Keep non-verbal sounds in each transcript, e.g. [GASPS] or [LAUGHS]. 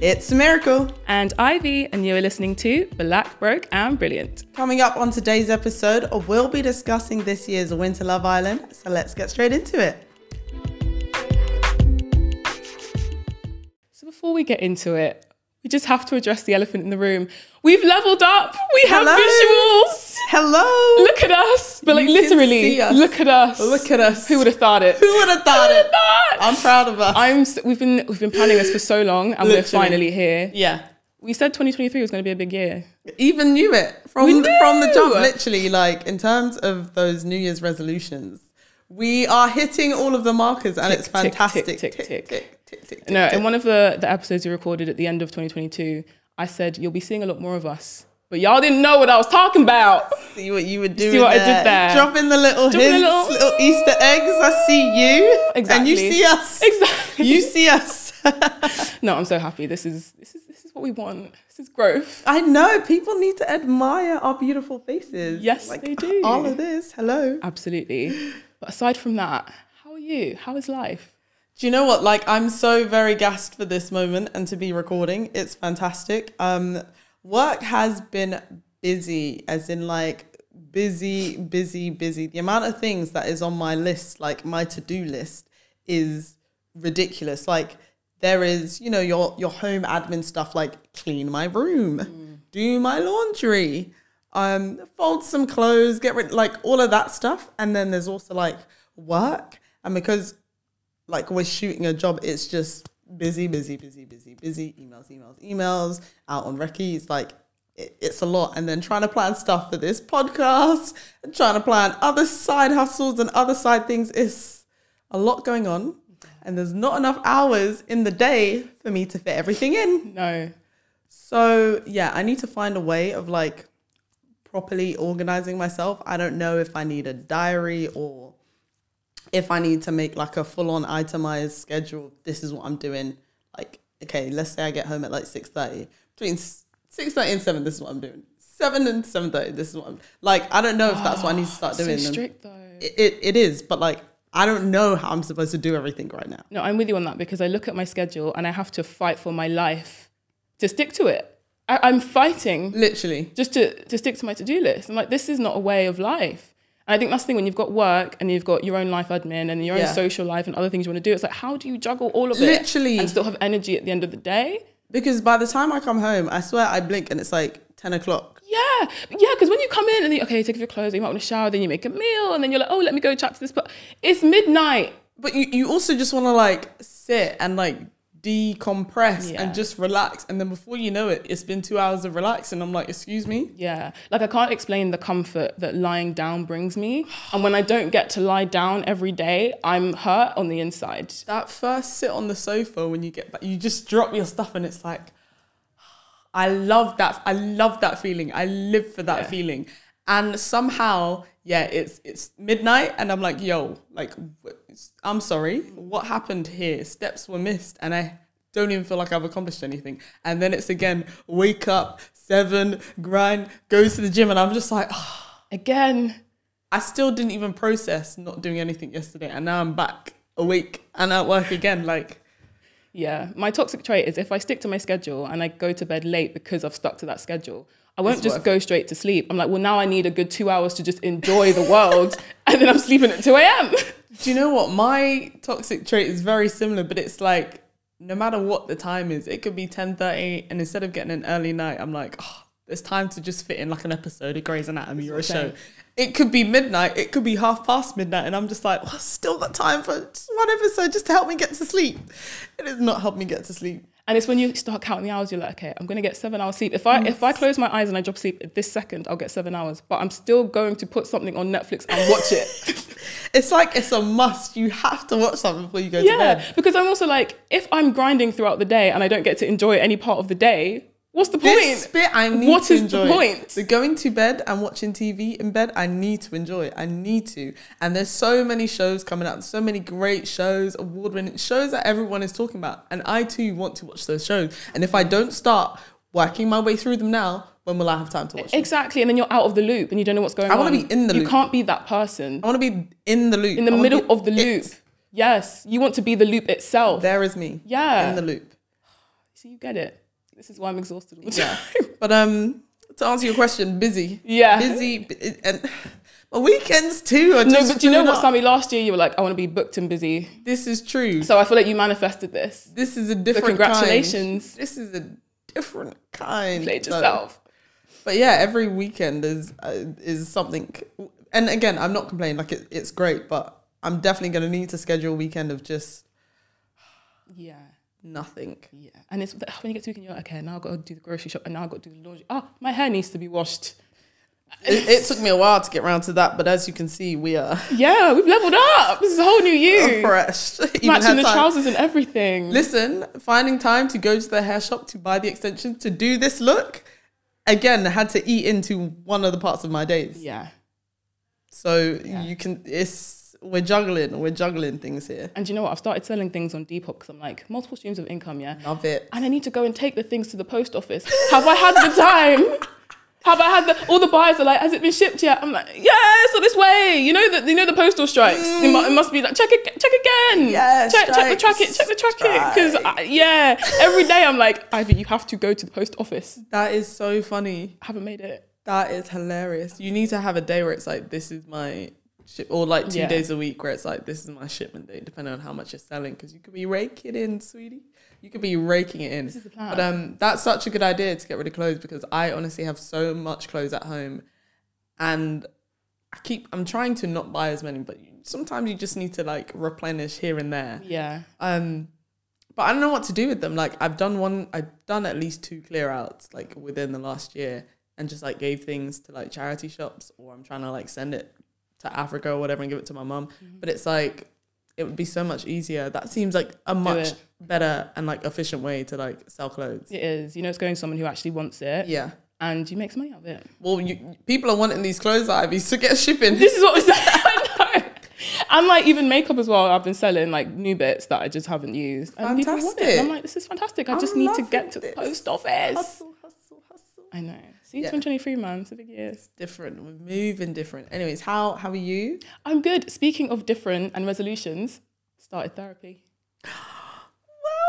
It's a miracle. And Ivy, and you are listening to Black, Broke, and Brilliant. Coming up on today's episode, we'll be discussing this year's Winter Love Island. So let's get straight into it. So before we get into it, we just have to address the elephant in the room. We've leveled up. We have Hello. visuals. Hello. Look at us. But like You can literally, see us. look at us. Look at us. Who would have thought it? Who would have thought it? thought? I'm proud of us. I'm. s- We've been we've been planning this for so long, and we're Literally. finally here. yeah. We said 2023 was going to be a big year. Even knew it from We from the jump. knew. Literally, like in terms of those New Year's resolutions, we are hitting all of the markers, and it's tick, tick, fantastic. tick, tick. tick, tick, tick, No, tick, in one of the the episodes we recorded at the end of 2022, I said you'll be seeing a lot more of us, but y'all didn't know what I was talking about. [LAUGHS] See what you were doing. what I there. did there? Dropping the little Dropping the hints, little- little... Easter eggs. I see you. And Exactly. you see us. Exactly. [LAUGHS] You see us. [LAUGHS] No, I'm so happy. This is this is this is what we want. This is growth. I know people need to admire our beautiful faces. Yes, they do. All of this. Hello. Absolutely. But aside from that, how are you? How is life? Do you know what? Like, I'm so very gassed for this moment and to be recording. It's fantastic. Um, work has been busy, as in like busy, busy, busy. The amount of things that is on my list, like my to do list, is ridiculous. Like, there is, you know, your your home admin stuff, like clean my room, do my laundry, um, fold some clothes, get rid, like all of that stuff. And then there's also like work, and because like we're shooting a job, it's just busy, busy, busy, busy, busy, emails, emails, emails, out on recce. It's like it, it's a lot. And then trying to plan stuff for this podcast and trying to plan other side hustles and other side things is a lot going on. And there's not enough hours in the day for me to fit everything in. No. So yeah, I need to find a way of like properly organizing myself. I don't know if I need a diary or if I need to make like a full on itemized schedule. This is what I'm doing. Like, okay, let's say I get home at like six thirty. Between six thirty and seven, this is what I'm doing. Seven and seven thirty, this is what I'm like. I don't know if that's what I need to start So doing. And strict though. It, it it is, but like I don't know how I'm supposed to do everything right now. No, I'm with you on that because I look at my schedule and I have to fight for my life to stick to it. I, I'm fighting Literally, just to, to stick to my to-do list. I'm like, this is not a way of life. And I think that's the thing when you've got work and you've got your own life admin and your own Yeah. social life and other things you want to do. It's like, how do you juggle all of it Literally. and still have energy at the end of the day? because by the time I come home, I swear I blink and it's like ten o'clock. Yeah, yeah, because when you come in and then, okay, you take off your clothes, you might want to shower, then you make a meal, and then you're like, oh, let me go chat to this. But it's midnight. but you, you also just want to like sit and like decompress Yeah. and just relax and then before you know it it's been two hours of relaxing i'm like excuse me Yeah, like I can't explain the comfort that lying down brings me. And when I don't get to lie down every day, I'm hurt on the inside. that first sit on the sofa when you get back you just drop your stuff and it's like i love that i love that feeling i live for that Yeah. feeling and somehow yeah it's it's midnight and i'm like yo like w- i'm sorry what happened here steps were missed and i don't even feel like i've accomplished anything and then it's again wake up seven grind go to the gym and i'm just like "Ah." Again, I still didn't even process not doing anything yesterday, and now I'm back awake and at work again. Like, yeah, my toxic trait is if I stick to my schedule and I go to bed late because I've stuck to that schedule. I won't It's just worth go straight to sleep. I'm like, well, now I need a good two hours to just enjoy the world. [LAUGHS] and then I'm sleeping at 2 a.m. do you know what? My toxic trait is very similar, but it's like no matter what the time is, it could be ten thirty, and instead of getting an early night, I'm like, oh, it's time to just fit in like an episode of Grey's Anatomy or a show. It could be midnight, it could be half past midnight, and I'm just like, oh, I've still got time for just one episode just to help me get to sleep. It has not helped me get to sleep. And it's when you start counting the hours, you're like, okay, I'm gonna get seven hours sleep. If I if I close my eyes and I drop sleep at this second, I'll get seven hours. But I'm still going to put something on Netflix and watch [LAUGHS] it. It's like it's a must. You have to watch something before you go to bed. yeah, because I'm also like, if I'm grinding throughout the day and I don't get to enjoy any part of the day, what's the point? This bit I need What to is the enjoy. point? So going to bed and watching TV in bed, I need to enjoy. I need to. And there's so many shows coming out, so many great shows, award-winning shows that everyone is talking about. And I too want to watch those shows. And if I don't start working my way through them now, when will I have time to watch them? exactly, and then you're out of the loop and you don't know what's going I on. wanna be in the You loop. can't be that person I want to be in the loop. in the I wanna middle be of the it. loop. Yes, you want to be the loop itself. There is me. Yeah. In the loop. So see you get it. This is why I'm exhausted. All the Yeah. time. [LAUGHS] But um, to answer your question, busy, Yeah. busy, bu- and [SIGHS] my weekends too. Are No, just but do you know filled what, up. Sammy? Last year you were like, I want to be booked and busy. This is true. So I feel like you manifested this. this is a So different. kind. congratulations. This is a different kind. Played though. yourself. But yeah, every weekend is uh, is something. And again, I'm not complaining. Like it, it's great, but I'm definitely gonna need to schedule a weekend of just Yeah. nothing. Yeah. And it's when you get to weekend, you're like, okay, now I've got to do the grocery shop and now I've got to do the laundry. Ah, my hair needs to be washed. It, it took me a while to get round to that, but as you can see, we are [LAUGHS] Yeah, we've leveled up. This is a whole new you. fresh. Oh, [LAUGHS] Even had Matching the time- trousers and everything. Listen, finding time to go to the hair shop to buy the extension to do this look again had to eat into one of the parts of my days. Yeah. So Yeah. you can it's we're juggling, we're juggling things here. And do you know what? I've started selling things on Depop because I'm like, multiple streams of income, yeah? Love it. And I need to go and take the things to the post office. Have I had the time? Have I had the all the buyers are like, has it been shipped yet? I'm like, yes, or this way. You know the you know the postal strikes. It, mu- it must be like check it, check again. Yes, check, check the tracking, strikes, check the tracking. Because yeah, every day I'm like, Ivy, you have to go to the post office. That is so funny. I haven't made it. That is hilarious. You need to have a day where it's like this is my ship or like two Yeah. days a week where it's like this is my shipment day, depending on how much you're selling, because you could be raking it in, sweetie. You could be raking it in. This is the plan. But um, that's such a good idea to get rid of clothes because I honestly have so much clothes at home, and I keep I'm trying to not buy as many, but you- sometimes you just need to like replenish here and there. uh, yeah, Um, but I don't know what to do with them. Like I've done one, I've done at least two clear outs like within the last year, and just like gave things to like charity shops, or I'm trying to like send it to Africa or whatever and give it to my mum. But it's like it would be so much easier. That seems like a much it. better and like efficient way to like sell clothes. it is. You know, it's going to someone who actually wants it, Yeah. and you make some money out of it. Well, you, people are wanting these clothes, Ivy, so get [LAUGHS] shipping. This is what we said. [LAUGHS] I know. And like even makeup as well. I've been selling like new bits that I just haven't used. And people want it. Fantastic. And I'm like, this is fantastic. I I'm just need to loving get to the this. post [LAUGHS] office. Hustle, hustle, hustle. I know. See, Yeah. 2023, man. It's a big year. Different. We're moving different. Anyways, how how are you? I'm good. Speaking of different and resolutions, [GASPS] started therapy.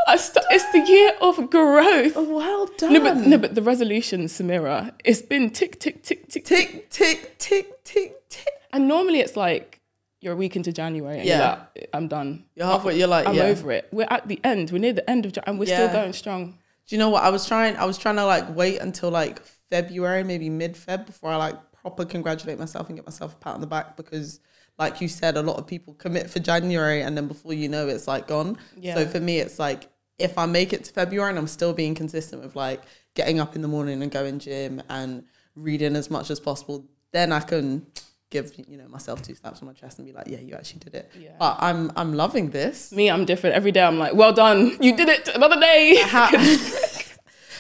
I sta- it's the year of growth. Oh, Well done. No, but no, but the resolution, Samira, it's been tick, tick, tick, tick, tick. tick tick tick tick tick. And normally it's like you're a week into January and Yeah. you're like, I'm done. You're halfway. You're like, I'm yeah. over it. We're at the end. We're near the end of Jan- and we're Yeah. still going strong. Do you know what? I was trying. I was trying to like wait until like February, maybe mid Feb, before I like proper congratulate myself and get myself a pat on the back because, like you said, a lot of people commit for January and then before you know, it, it's like gone. Yeah. So for me, it's like if I make it to February and I'm still being consistent with like getting up in the morning and going gym and reading as much as possible, then I can give you know myself two slaps on my chest and be like, yeah, you actually did it. Yeah. But I'm I'm loving this. Me, I'm different. Every day I'm like, well done. You did it. Another day. [LAUGHS] Ha- [LAUGHS]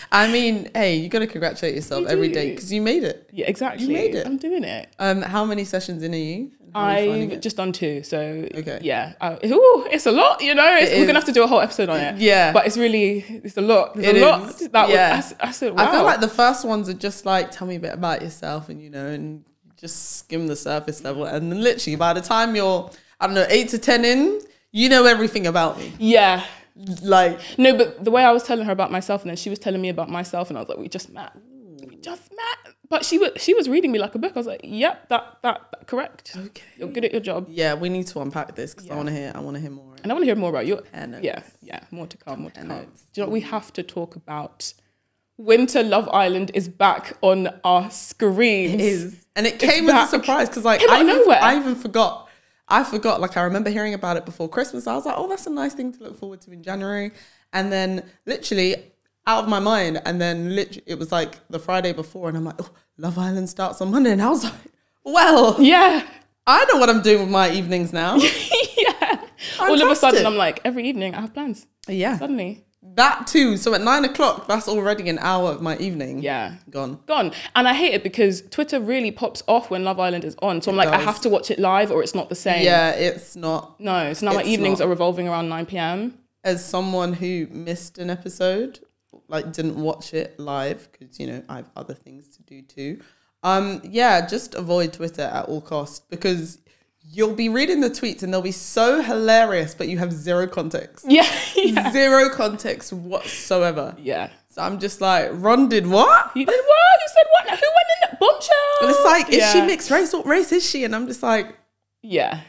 I mean, hey, you got to congratulate yourself You every do. day because you made it. yeah, exactly. You made it. I'm doing it. Um, how many sessions in are you? And how are you finding I've it? just done two. So Okay. yeah. I, ooh, it's a lot, you know. It's, It we're going to is. have to do a whole episode on it. Yeah. But it's really, it's a lot. There's It a lot. is. That Yeah. was, I s- I, said, wow. I feel like the first ones are just like, tell me a bit about yourself, and you know, and just skim the surface level. And then literally, by the time you're, I don't know, eight to ten in, you know everything about me. yeah. Like, No, but the way I was telling her about myself and then she was telling me about myself and I was like, we just met. We just met. But she was, she was reading me like a book. I was like, yep, that, that, that correct. okay, You're good at your job. yeah, we need to unpack this because I Yeah. want to hear, I want to hear more. uh, And I want to hear more about your Compare notes. Yeah, yeah, more to come, more to come. Compare Do notes. you know what we have to talk about? Winter Love Island is back on our screens. It is, and it came as back. a surprise because like Came out I of even, nowhere. I even forgot. I forgot. Like I remember hearing about it before Christmas. I was like, oh, that's a nice thing to look forward to in January. And then literally out of my mind. And then literally, it was like the Friday before, and I'm like, oh, Love Island starts on Monday, and I was [LAUGHS] like, well, Yeah, [LAUGHS] I know what I'm doing with my evenings now. yeah. [LAUGHS] All of a Fantastic. sudden, I'm like, every evening I have plans. yeah, Suddenly, that too. So at nine o'clock, that's already an hour of my evening. yeah, gone. gone. And I hate it because Twitter really pops off when Love Island is on. So I'm like, I does. have to watch it live or it's not the same. Yeah, it's not No, so now my It's evenings not. are revolving around 9 p.m. as someone who missed an episode, like didn't watch it live because you know I have other things to do too. Um, yeah, just avoid Twitter at all costs because You'll be reading the tweets and they'll be so hilarious, but you have zero [LAUGHS] context. [LAUGHS] Yeah. yeah. Zero context whatsoever. [LAUGHS] Yeah. So I'm just like, Ron did what? You did what? You said what? Who went in that bombshell? And it's like, is she Yeah. mixed race? What race is she? And I'm just like, Yeah.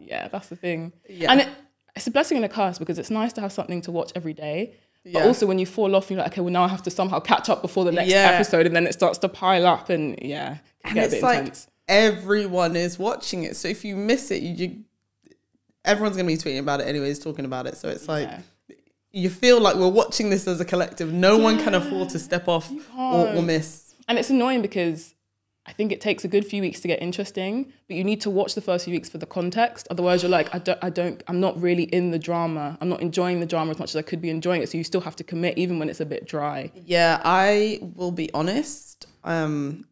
Yeah, that's the thing. Mm-hmm. Yeah. And it, it's a blessing and a curse because it's nice to have something to watch every day. Yeah. But also when you fall off, you're like, okay, well now I have to somehow catch up before the next Yeah. episode and then it starts to pile up and yeah, it can and get a it's bit like intense. everyone is watching it. So if you miss it, you, you everyone's gonna be tweeting about it anyways, talking about it. So it's like Yeah. you feel like we're watching this as a collective. No one can afford to step off or, or can't. miss. And it's annoying because I think it takes a good few weeks to get interesting, but you need to watch the first few weeks for the context. Otherwise, you're like, I don't, I don't, I'm not really in the drama. I'm not enjoying the drama as much as I could be enjoying it. So you still have to commit, even when it's a bit dry. Yeah, I will be honest. Um,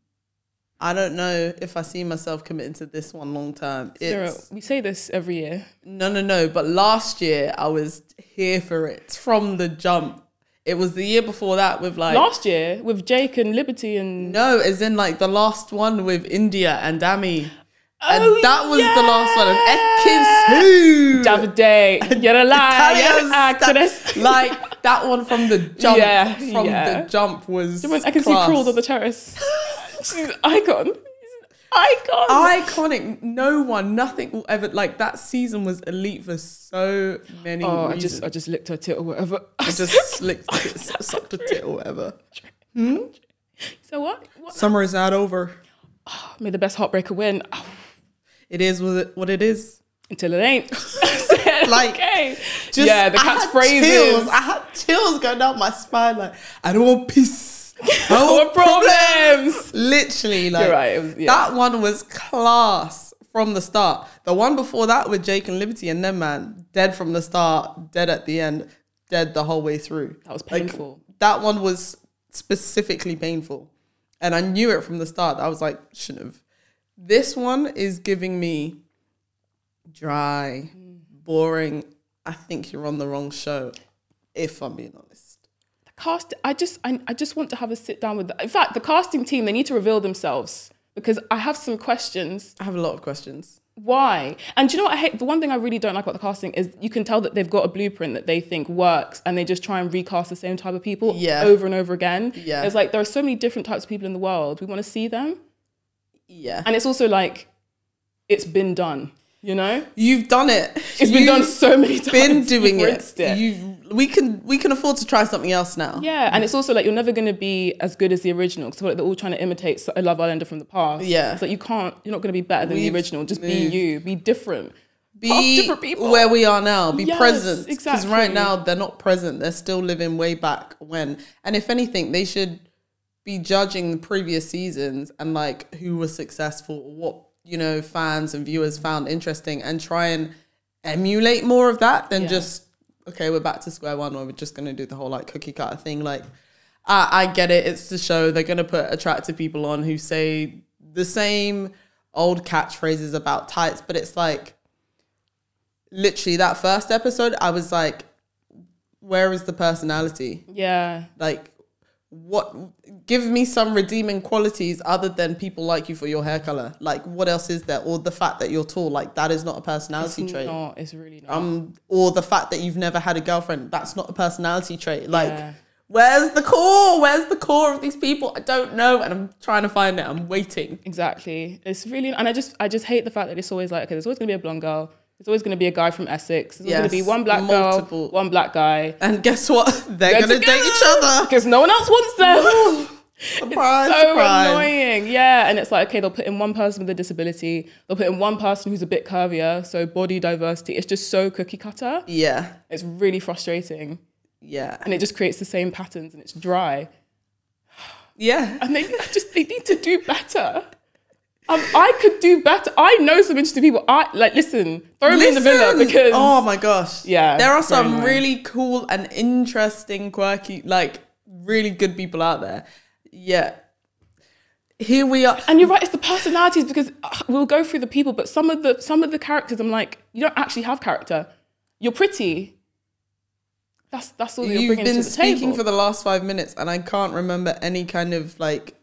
I don't know if I see myself committing to this one long term. Sarah, It's we say this every year. no, no, no. But last year I was here for it from the jump. It was the year before that with like Last year with Jake and Liberty and No, as in like the last one with India and Dami. And Oh, that was the last one. And yeah. Ekins who? [LAUGHS] Davide, you're alive, you're an [LAUGHS] actress. [LAUGHS] like that one from the jump. Yeah, from yeah. the jump was. When I can class. see Crawled on the terrace. [LAUGHS] She's an icon. She's an icon. Iconic. No one, nothing will ever. Like that season was elite for so many oh, I reasons. just, I just licked her tit or whatever. [LAUGHS] I just slicked, sucked a tit or whatever. so what? what? Summer is not over. May the best heartbreaker win. Oh, It is what it- what it is. until it ain't. [LAUGHS] [LAUGHS] Like, like, okay. Just- yeah, the I had catchphrases. chills. I had chills going down my spine. Like, I don't want [LAUGHS] peace. I don't What want problems. problems? Literally, like You're right, it was- yeah. that one was class from the start. The one before that with Jake and Liberty and them man, dead from the start, dead at the end, dead the whole way through. That was Like, painful. that one was specifically painful, and I knew it from the start. I was like, shouldn't have. This one is giving me dry, Mm. boring. I think you're on the wrong show, if I'm being honest. cast i just I, I just want to have a sit down with the, in fact the casting team they need to reveal themselves because i have some questions I have a lot of questions. why and do you know what i hate the one thing i really don't like about the casting is you can tell that they've got a blueprint that they think works and they just try and recast the same type of people Yeah. over and over again Yeah. it's like there are so many different types of people in the world we want to see them Yeah. and it's also like it's been done you know You've done it. it's been done so many times [LAUGHS] [LAUGHS] been doing You've it. rinsed it. You we can we can afford to try something else now. yeah, and it's also like you're never going to be as good as the original because like they're all trying to imitate a Love Islander from the past. Yeah. it's like you can't. You're not going to be better than We've the original. Just moved. be you. Be different. Be different people. where we are now. Be Yes, present. Because right exactly. now they're not present. They're still living way back when. And if anything, they should be judging previous seasons and like who was successful, what you know fans and viewers found interesting, and try and emulate more of that than Yeah. just okay, we're back to square one, or we're just gonna do the whole like cookie cutter thing. Like, I, I get it. It's the show. They're gonna put attractive people on who say the same old catchphrases about tights, but it's like literally that first episode. I was like, where is the personality? Yeah, like what give me some redeeming qualities other than people like you for your hair color like what else is there or the fact that you're tall like that is not a personality it's trait not. It's really not. um or the fact that you've never had a girlfriend that's not a personality trait like Yeah. where's the core where's the core of these people i don't know and i'm trying to find it i'm waiting exactly. It's really, and I just, I just hate the fact that it's always like, okay, there's always going to be a blonde girl. There's always going to be a guy from Essex. There's always going to be Yes, one black multiple. girl, one black guy, and guess what [LAUGHS] they're, They're gonna date together! each [LAUGHS] other because no one else wants them. [LAUGHS] surprise so surprise annoying. Yeah, and it's like okay, they'll put in one person with a disability, they'll put in one person who's a bit curvier, so body diversity. It's just so cookie cutter. yeah It's really frustrating, yeah and it just creates the same patterns, and it's dry. yeah And they I just they need to do better. Um, I could do better. I know some interesting people. I like listen, throw me in the villa Listen! because oh my gosh, Yeah, there are it's very some annoying. really cool and interesting, quirky, like really good people out there. Yeah, here we are. And you're right, it's the personalities because ugh, we'll go through the people, but some of the some of the characters, I'm like, you don't actually have character. You're pretty. That's that's all that you're You've bringing been to the speaking table. for the last five minutes, and I can't remember any kind of like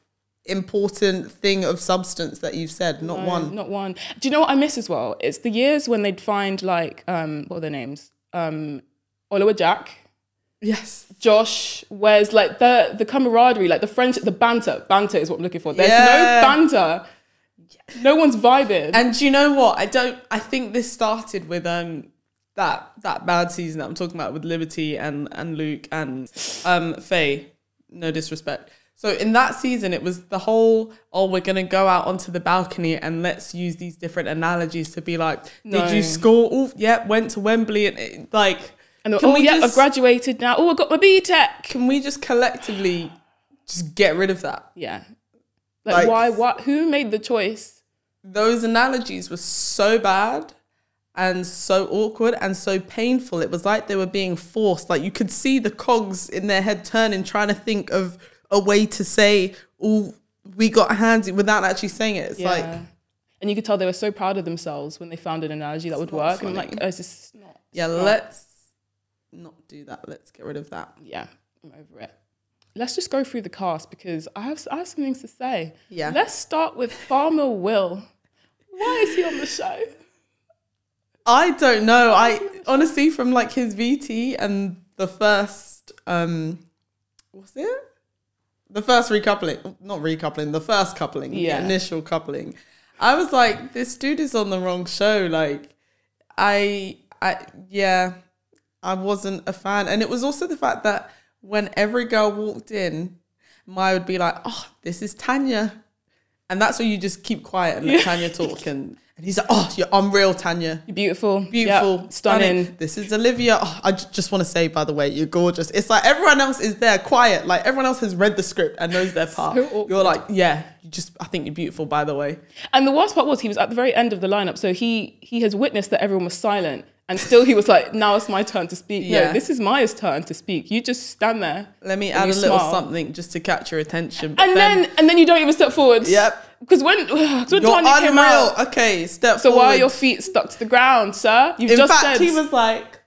important thing of substance that you've said. Not No, one. Not one. Do you know what I miss as well? It's the years when they'd find like um what are their names? Um Oliver Jack, Yes. Josh, where's like the the camaraderie, like the friendship, the banter. Banter is what I'm looking for. There's Yeah. no banter. No one's vibing. And do you know what? I don't. I think this started with um that that bad season that I'm talking about with Liberty and and Luke and um Faye. No disrespect. So in that season, it was the whole oh we're gonna go out onto the balcony and let's use these different analogies to be like, No. did you score? Oh, yep, went to Wembley and it, like. And they're, can oh we yeah, I've just- graduated now. Oh, I got my B Tech. Can we just collectively just get rid of that? Yeah. Like- Like, why? What? Who made the choice? those analogies were so bad and so awkward and so painful. It was like they were being forced. Like you could see the cogs in their head turning, trying to think of a way to say, "Oh, we got handsy," without actually saying it. It's like, and you could tell they were so proud of themselves when they found an analogy that would work. And I'm like, oh, it's just not. yeah, let's not do that. Let's get rid of that. Yeah, I'm over it. Let's just go through the cast because I have I have some things to say. Yeah. Let's start with Farmer Will. Why is he on the show? I don't know. I honestly, from like his VT and the first, um, what's it? The first recoupling, not recoupling, the first coupling, Yeah. the initial coupling. I was like, this dude is on the wrong show. Like, I, I, yeah, I wasn't a fan. And it was also the fact that when every girl walked in, Maya would be like, oh, this is Tanya. And that's where you just keep quiet and let Tanya talk. And, and he's like, oh, you're unreal, Tanya. You're beautiful. Beautiful, Yep. stunning. This is Olivia. Oh, I ju- just want to say, by the way, you're gorgeous. It's like everyone else is there, quiet. Like everyone else has read the script and knows [LAUGHS] their part. awkward. you're like, yeah, you just. I think you're beautiful, by the way. And the worst part was he was at the very end of the lineup, so he he has witnessed that everyone was silent, and still he was like, "Now it's my turn to speak." No, Yeah. this is Maya's turn to speak. You just stand there, Let me And add a you little smile. something just to catch your attention. But and then, and then you don't even step forward. Yep. Because when [SIGHS] 'cause when you're Tanya came unreal. out, Okay, step. so why are forward. your feet stuck to the ground, sir? You've In just fact, said mm. he [LAUGHS] was like,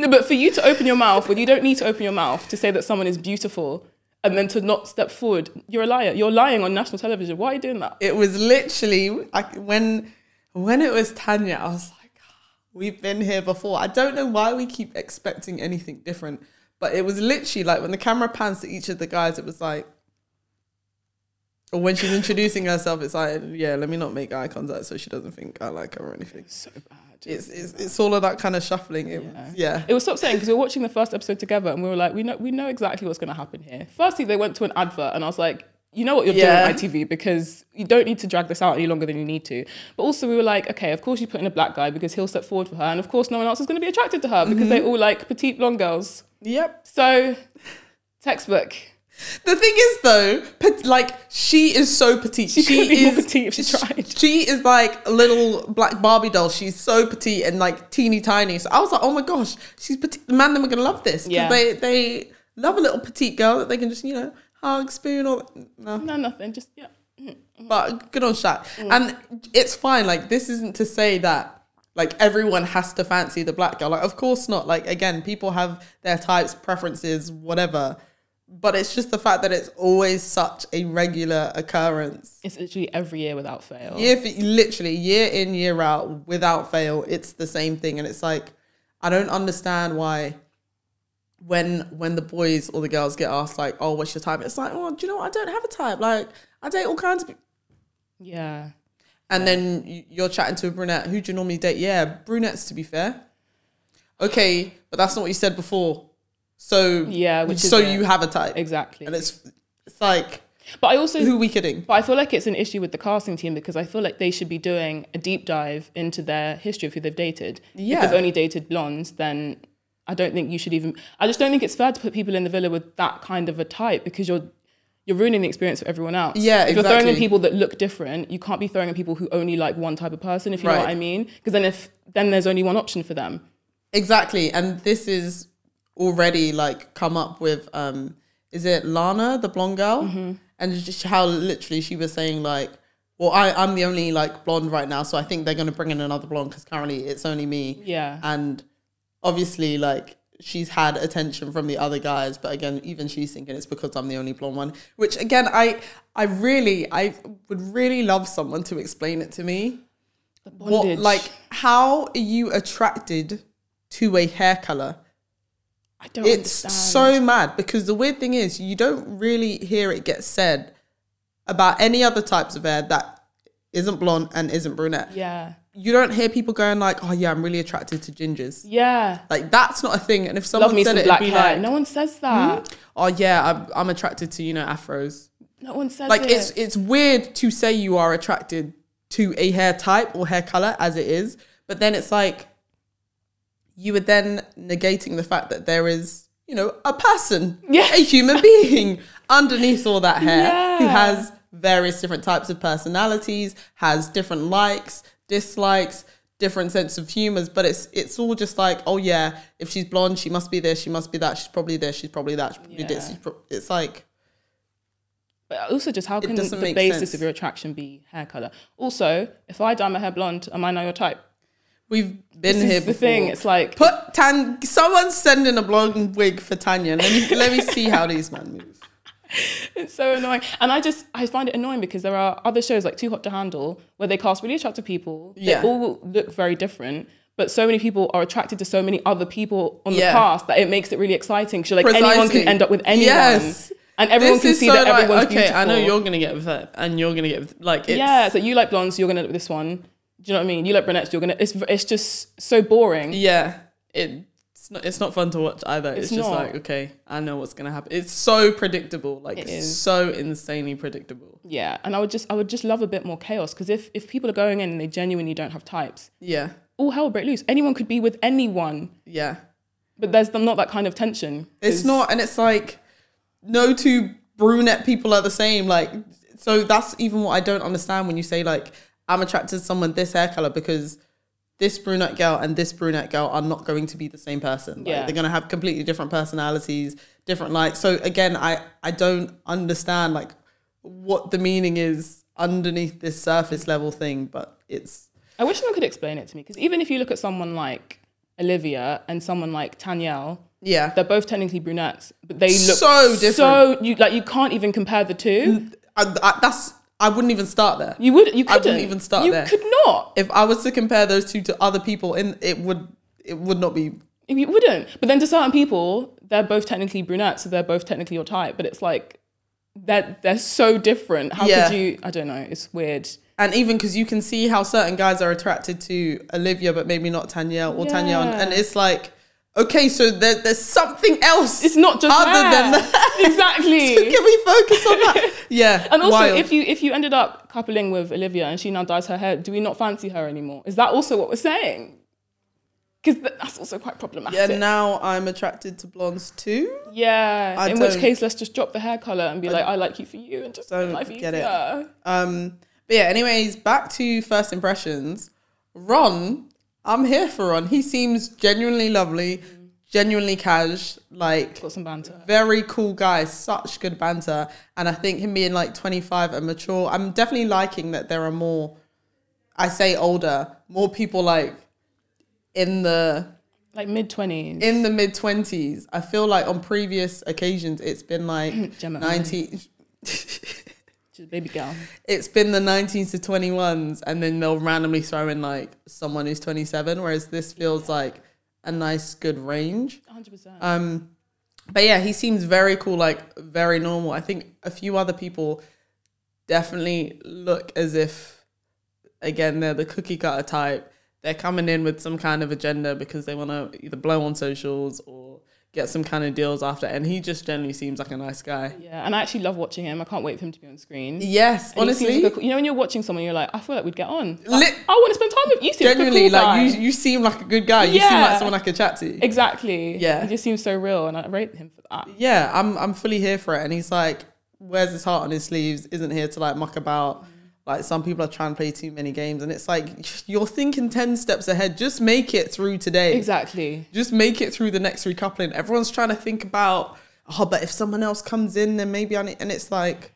no, but for you to open your mouth when you don't need to open your mouth to say that someone is beautiful and then to not step forward, you're a liar. You're lying on national television. Why are you doing that? it was literally I, when when it was Tanya. I was like, "Ah, we've been here before. I don't know why we keep expecting anything different, but it was literally like when the camera pans to each of the guys, it was like, or when she's introducing herself, it's like, yeah, let me not make eye contact so she doesn't think I like her or anything. So bad. It's it's, it's all of that kind of shuffling. It was- yeah. It was so upsetting because we were watching the first episode together and we were like, we know, we know exactly what's going to happen here. Firstly, they went to an advert and I was like, you know what you're Yeah. doing ITV because you don't need to drag this out any longer than you need to. But also we were like, okay, of course you put in a black guy because he'll step forward for her and of course no one else is going to be attracted to her because Mm-hmm. they're all like petite blonde girls. Yep. So textbook. [LAUGHS] The thing is, though, pet- like she is so petite. She, could be more is petite if she tried. [LAUGHS] She is like a little black Barbie doll. She's so petite and like teeny tiny. So I was like, oh my gosh, she's petite. The man, them are gonna love this because Yeah. they they love a little petite girl that they can just you know hug, spoon, or no. No, nothing. Just, yeah. But good on Shaq, and it's fine. Like this isn't to say that. Like everyone has to fancy the black girl. Like of course not. Like again, people have their types, preferences, whatever. But it's just the fact that it's always such a regular occurrence It's literally every year without fail. year for, literally year in year out without fail it's the same thing and it's like i don't understand why when when the boys or the girls get asked like oh what's your type it's like oh do you know what? i don't have a type like i date all kinds of people Yeah. and then you- you're chatting to a brunette who do you normally date yeah brunettes to be fair okay but that's not what you said before so Yeah, which is so it. you have a type Exactly. and it's it's like But I also who are we kidding But I feel like it's an issue with the casting team because I feel like they should be doing a deep dive into their history of who they've dated. Yeah. If they've only dated blondes, then I don't think you should even. I just don't think it's fair to put people in the villa with that kind of a type because you're you're ruining the experience for everyone else. Yeah, If you're throwing in exactly. people that look different, you can't be throwing in people who only like one type of person. If you know Right. what I mean, because then if then there's only one option for them. Exactly. And this is already like come up with um is it Lana, the blonde girl? And it's just how literally she was saying like well, I, I'm the only like blonde right now, Uh, so I think they're gonna bring in another blonde because currently it's only me. Yeah. And obviously, like she's had attention from the other guys, but again, even she's thinking it's because I'm the only blonde one. Which again, I I really I would really love someone to explain it to me. What Bondage. like how are you attracted to a hair color? I don't It's understand. so mad because the weird thing is you don't really hear it get said about any other types of hair that isn't blonde and isn't brunette. yeah, You don't hear people going like, "Oh yeah, I'm really attracted to gingers." yeah. Like that's not a thing. And if someone Love me said some it, black it'd be hair. like, no one says that. "Oh yeah, I'm, I'm attracted to you know afros." No one says Hmm? Like it. it's it's weird to say you are attracted to a hair type or hair color as it is, but then it's like you were then negating the fact that there is you know a person, Yeah. a human being underneath all that hair who Yeah. has various different types of personalities, has different likes, dislikes, different sense of humors, but it's it's all just like, oh yeah, if she's blonde, she must be this, she must be that, she's probably this, she's probably that, she's probably this. Yeah. She's pro- it's like But also, just how can doesn't the make basis sense. of your attraction be hair color? Also, if I dye my hair blonde, am I now your type? We've been This here is the before. thing. It's like [LAUGHS] Put Tan. Someone's sending a blonde wig for Tanya. Let me let me see how these men move. it's so annoying, and I just I find it annoying because there are other shows like Too Hot to Handle where they cast really attractive people. Yeah. They all look very different. But so many people are attracted to so many other people on the Yeah. cast that it makes it really exciting. Because like anyone Precisely. can end up with anyone, Yes. and [LAUGHS] everyone can see that everyone's okay. beautiful. I know you're gonna get with that, and you're gonna get with like it's, yeah, so you like blondes, you're gonna end up with this one. Do you know what I mean? You like brunettes, you're gonna. It's it's just so boring. yeah. It, it's not it's not fun to watch either. It's, It's just not. like okay, I know what's gonna happen. It's so predictable. Like It it's is. so insanely predictable. Yeah, and I would just I would just love a bit more chaos because if if people are going in and they genuinely don't have types, Yeah, all hell break loose. Anyone could be with anyone, yeah. but there's not that kind of tension. It's not, and it's like no two brunette people are the same. Like, so that's even what I don't understand when you say like I'm attracted to someone this hair color because this brunette girl and this brunette girl are not going to be the same person. Like, Yeah. they're going to have completely different personalities, different likes. So again, I I don't understand like what the meaning is underneath this surface level thing, but it's I wish someone could explain it to me because even if you look at someone like Olivia and someone like Tanyelle, yeah. they're both technically brunettes, but they look So different. So you like you can't even compare the two. I, I, that's I wouldn't even start there. You would you I wouldn't couldn't even start You there. could not. if I was to compare those two to other people, in it would it would not be. You wouldn't. But then to certain people, they're both technically brunettes, so they're both technically your type. But it's like that they're, so different. How Yeah. could you? I don't know. It's weird. And even because you can see how certain guys are attracted to Olivia, but maybe not Tanya or Tanya, and, Yeah. and it's like, okay, so there, there's something else. [LAUGHS] It's not just other than hair. that. [LAUGHS] [LAUGHS] exactly. can we focus on [LAUGHS] that? Yeah. and also, wild. if you if you ended up coupling with Olivia and she now dyes her hair, do we not fancy her anymore? Is that also what we're saying? Because that's also quite problematic. yeah, now I'm attracted to blondes too. Yeah, I in which don't- case, let's just drop the hair color and be like, I like you for you, and just make don't life get it. easier. Um, but yeah, anyways, back to first impressions. Ron, I'm here for Ron. He seems genuinely lovely, genuinely cash. Like Got some banter. very cool guy, such good banter. And I think him being like 25 and mature, I'm definitely liking that there are more, I say older, more people like in the Like mid twenties. in the mid 20s. I feel like on previous occasions it's been like [CLEARS THROAT] Gemma. 19 She's a baby girl. it's been the 19s to 21s and then they'll randomly throw in like someone who's 27 whereas this feels like a nice good range. 100%. Um, but yeah, he seems very cool, like very normal. I think a few other people definitely look as if, again, they're the cookie cutter type. They're coming in with some kind of agenda because they want to either blow on socials or get some kind of deals after. And he just generally seems like a nice guy. yeah, and I actually love watching him. I can't wait for him to be on screen. And he Yes, seems honestly, like a cool- you know, when you're watching someone, you're like, I feel like we'd get on. Lit- Like, I want to spend time with you. you. Seem genuinely, like, a cool guy. like you, you seem like a good guy. You seem like Yeah. someone I could chat to. Exactly. Yeah. He just seems so real, and I rate him for that. yeah, I'm I'm fully here for it. And he's like, wears his heart on his sleeves, isn't here to like muck about. Like some people are trying to play too many games, and it's like you're thinking ten steps ahead. Just make it through today. Exactly. Just make it through the next recoupling. Everyone's trying to think about, oh, but if someone else comes in, then maybe I need. And it's like,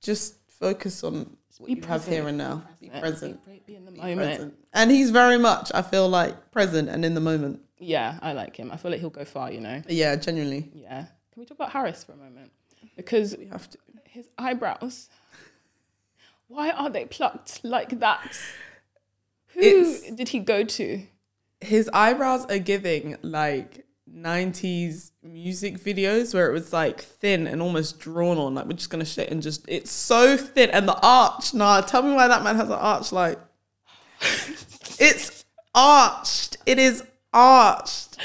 just focus on It's what you have here and now. Be present. Be, be in the Be moment. present. And he's very much, I feel like, present and in the moment. Yeah, I like him. I feel like he'll go far, you know? Yeah, genuinely. Yeah. Can we talk about Harris for a moment? Because We have to. his eyebrows, why are they plucked like that? Who It's- did he go to? His eyebrows are giving like 90s music videos where it was like thin and almost drawn on. Like, we're just going to shit and just, it's so thin. And the arch, nah, tell me why that man has an arch. Like, [LAUGHS] it's arched. It is arched.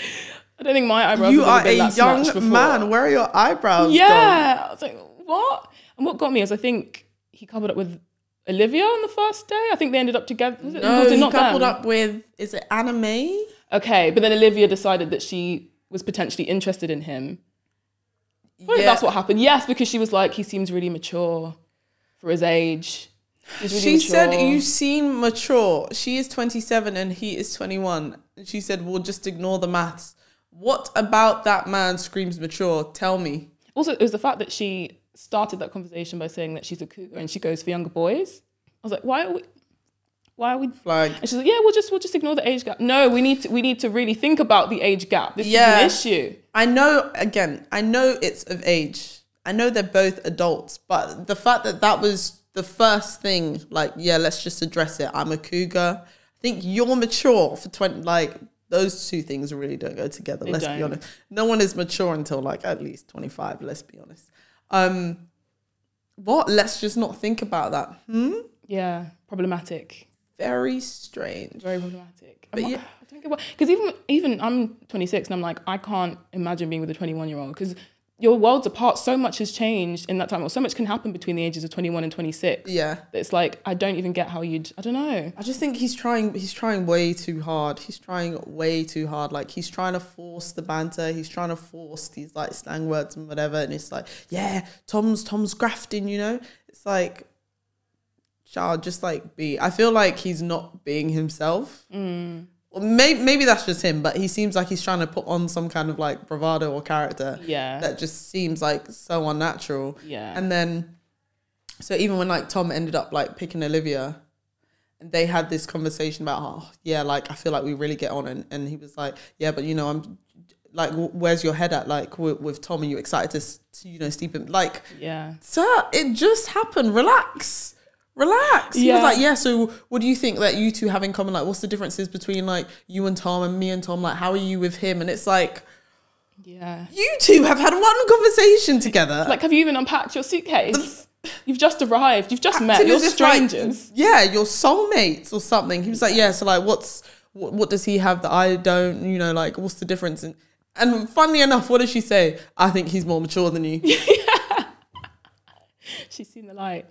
I don't think my eyebrows you have are ever a been that snatched before. young man. Where are your eyebrows? gone? Yeah. I was like, what? And what got me is I think he coupled up with Olivia on the first day. I think they ended up together. Was it- No, was it he not coupled them? up with is it anime? Okay, but then Olivia decided that she was potentially interested in him. Well, Yeah. That's what happened. Yes, because she was like, he seems really mature for his age. He's really She said mature. you seem mature. She is 27 and he is 21. And She said we'll just ignore the maths. What about that man screams mature? Tell me. Also, it was the fact that she started that conversation by saying that she's a cougar and she goes for younger boys. I was like, why are we? Why are we? Like And she's like, yeah, we'll just we'll just ignore the age gap. No, we need to we need to really think about the age gap. This Yeah. is an issue. I know again, I know it's of age. I know they're both adults, but the fact that that was the first thing like yeah, let's just address it. I'm a cougar. I think you're mature for 20 like those two things really don't go together. let's be don't. honest. No one is mature until like at least 25, let's be honest. Um what? Let's just not think about that. Hmm? Yeah, problematic. Very strange. Very problematic. But I'm like, "Ah, yeah- I don't get why. Because even even I'm 26 and I'm like, I can't imagine being with a 21 year old because your worlds apart. So much has changed in that time, or so much can happen between the ages of 21 and 26. Yeah. that It's like I don't even get how you'd. I don't know. I just think he's trying. He's trying way too hard. He's trying way too hard. Like he's trying to force the banter. He's trying to force these like slang words and whatever. And it's like, yeah, Tom's Tom's grafting. You know, it's like, child, just like be. I feel like he's not being himself. Or maybe maybe that's just him, but he seems like he's trying to put on some kind of like bravado or character Yeah. that just seems like so unnatural. Yeah. And then, so even when like Tom ended up like picking Olivia, and they had this conversation about, oh yeah, like I feel like we really get on, and, and he was like, yeah, but you know I'm, like, wh- where's your head at? Like with, with Tom, are you excited to, s- to you know sleep him? Like, yeah. sir, it just happened. Relax. Relax. He was Yeah. like, yeah. So, what do you think that you two have in common? Like, what's the differences between like you and Tom and me and Tom? Like, how are you with him? And it's like, Yeah. you two have had one conversation together. Like, have you even unpacked [LAUGHS] your suitcase? You've just arrived. You've just met. Acting You're as if, like, strangers. yeah, you're soulmates or something. He was like, yeah. So like, what's what, what does he have that I don't? You know, like, what's the difference? And and funnily enough, what does she say? I think he's more mature than you. She's seen the light.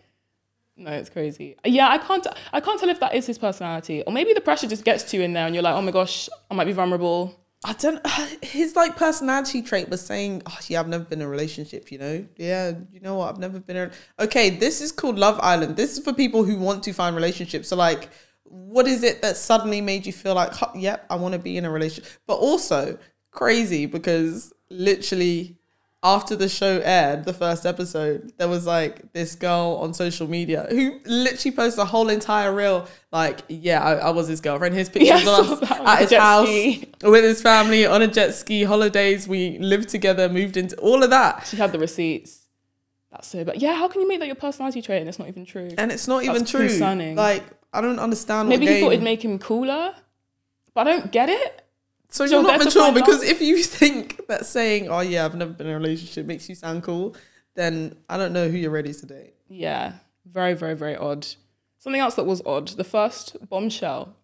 No, it's crazy. Yeah, I can't. I can't tell if that is his personality, or maybe the pressure just gets to you in there, and you're like, oh my gosh, I might be vulnerable. I don't. [SIGHS] His like personality trait was saying, "Oh yeah, I've never been in a relationship." You know, yeah, you know what? I've never been in. Okay, this is called Love Island. This is for people who want to find relationships. So like, what is it that suddenly made you feel like, "Huh, "Yep, I want to be in a relationship"? But also crazy because literally after the show aired, the first episode, there was like this girl on social media who literally posted a whole entire reel, like, "Yeah, I, I was his girlfriend. Here's Yeah, I pictures saw of us that on at the his jet house." ski. with his family on a jet ski holidays. We lived together, moved into all of that, She had the receipts. That's so bad. Yeah, how can you make that your personality trait and it's not even true? and it's not even That's true. concerning. Like I don't understand. Maybe what he thought game- it'd make him cooler, but I don't get it. so so you're not better mature find love. because if you think that saying, "Oh yeah, I've never been in a relationship," makes you sound cool, then I don't know who you're ready to date. Yeah, very, very, very odd. Something else that was odd. The first bombshell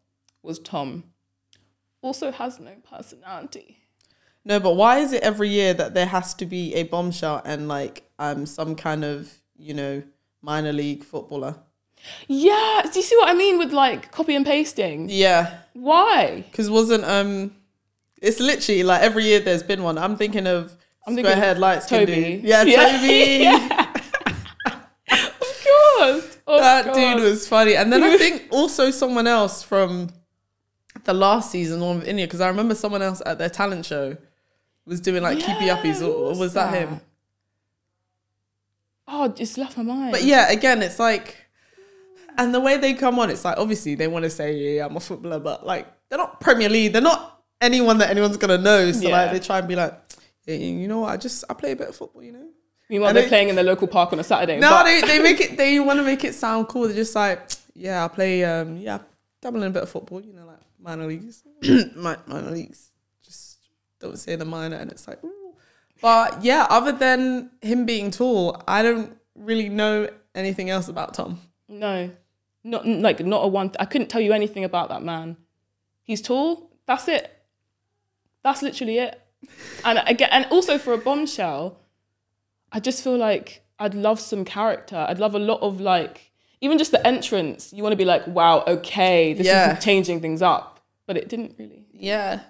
was Tom. Also has no personality. No, but why is it every year that there has to be a bombshell and like um some kind of you know minor league footballer? Yeah, do you see what I mean with like copy and pasting? Yeah, Why? Because wasn't um, it's literally like every year there's been one. I'm thinking of square I'm thinking of head lights can Toby. do. Yeah, [LAUGHS] Yeah. Toby. Of course. Of That course. dude was funny. And then [LAUGHS] I think also someone else from the last season on India because I remember someone else at their talent show was doing like keepy Yeah, uppies who or, or was that, him? Oh, just left my mind. But yeah, again, it's like And the way they come on, it's like obviously they want to say, yeah, yeah, I'm a footballer, but like they're not Premier League, they're not anyone that anyone's gonna know. So Yeah. like they try and be like, "Yeah, you know what, I just I play a bit of football, you know? Meanwhile, And they're they- playing in the local park on a Saturday. No, but- they, they make it they wanna make it sound cool. They're just like, Yeah, I play um yeah, dabbling in a bit of football, you know, like minor [CLEARS THROAT] leagues. Mi- minor leagues. Just don't say the minor and it's like ooh. But yeah, other than him being tall, I don't really know anything else about Tom. No, not n- like not a one. I couldn't tell you anything about that man. He's tall. That's it. That's literally it. And again, and also for a bombshell, I just feel like I'd love some character. I'd love a lot of like even just the entrance. You want to be like, wow, okay, this Yeah. is changing things up. But it didn't really. Yeah.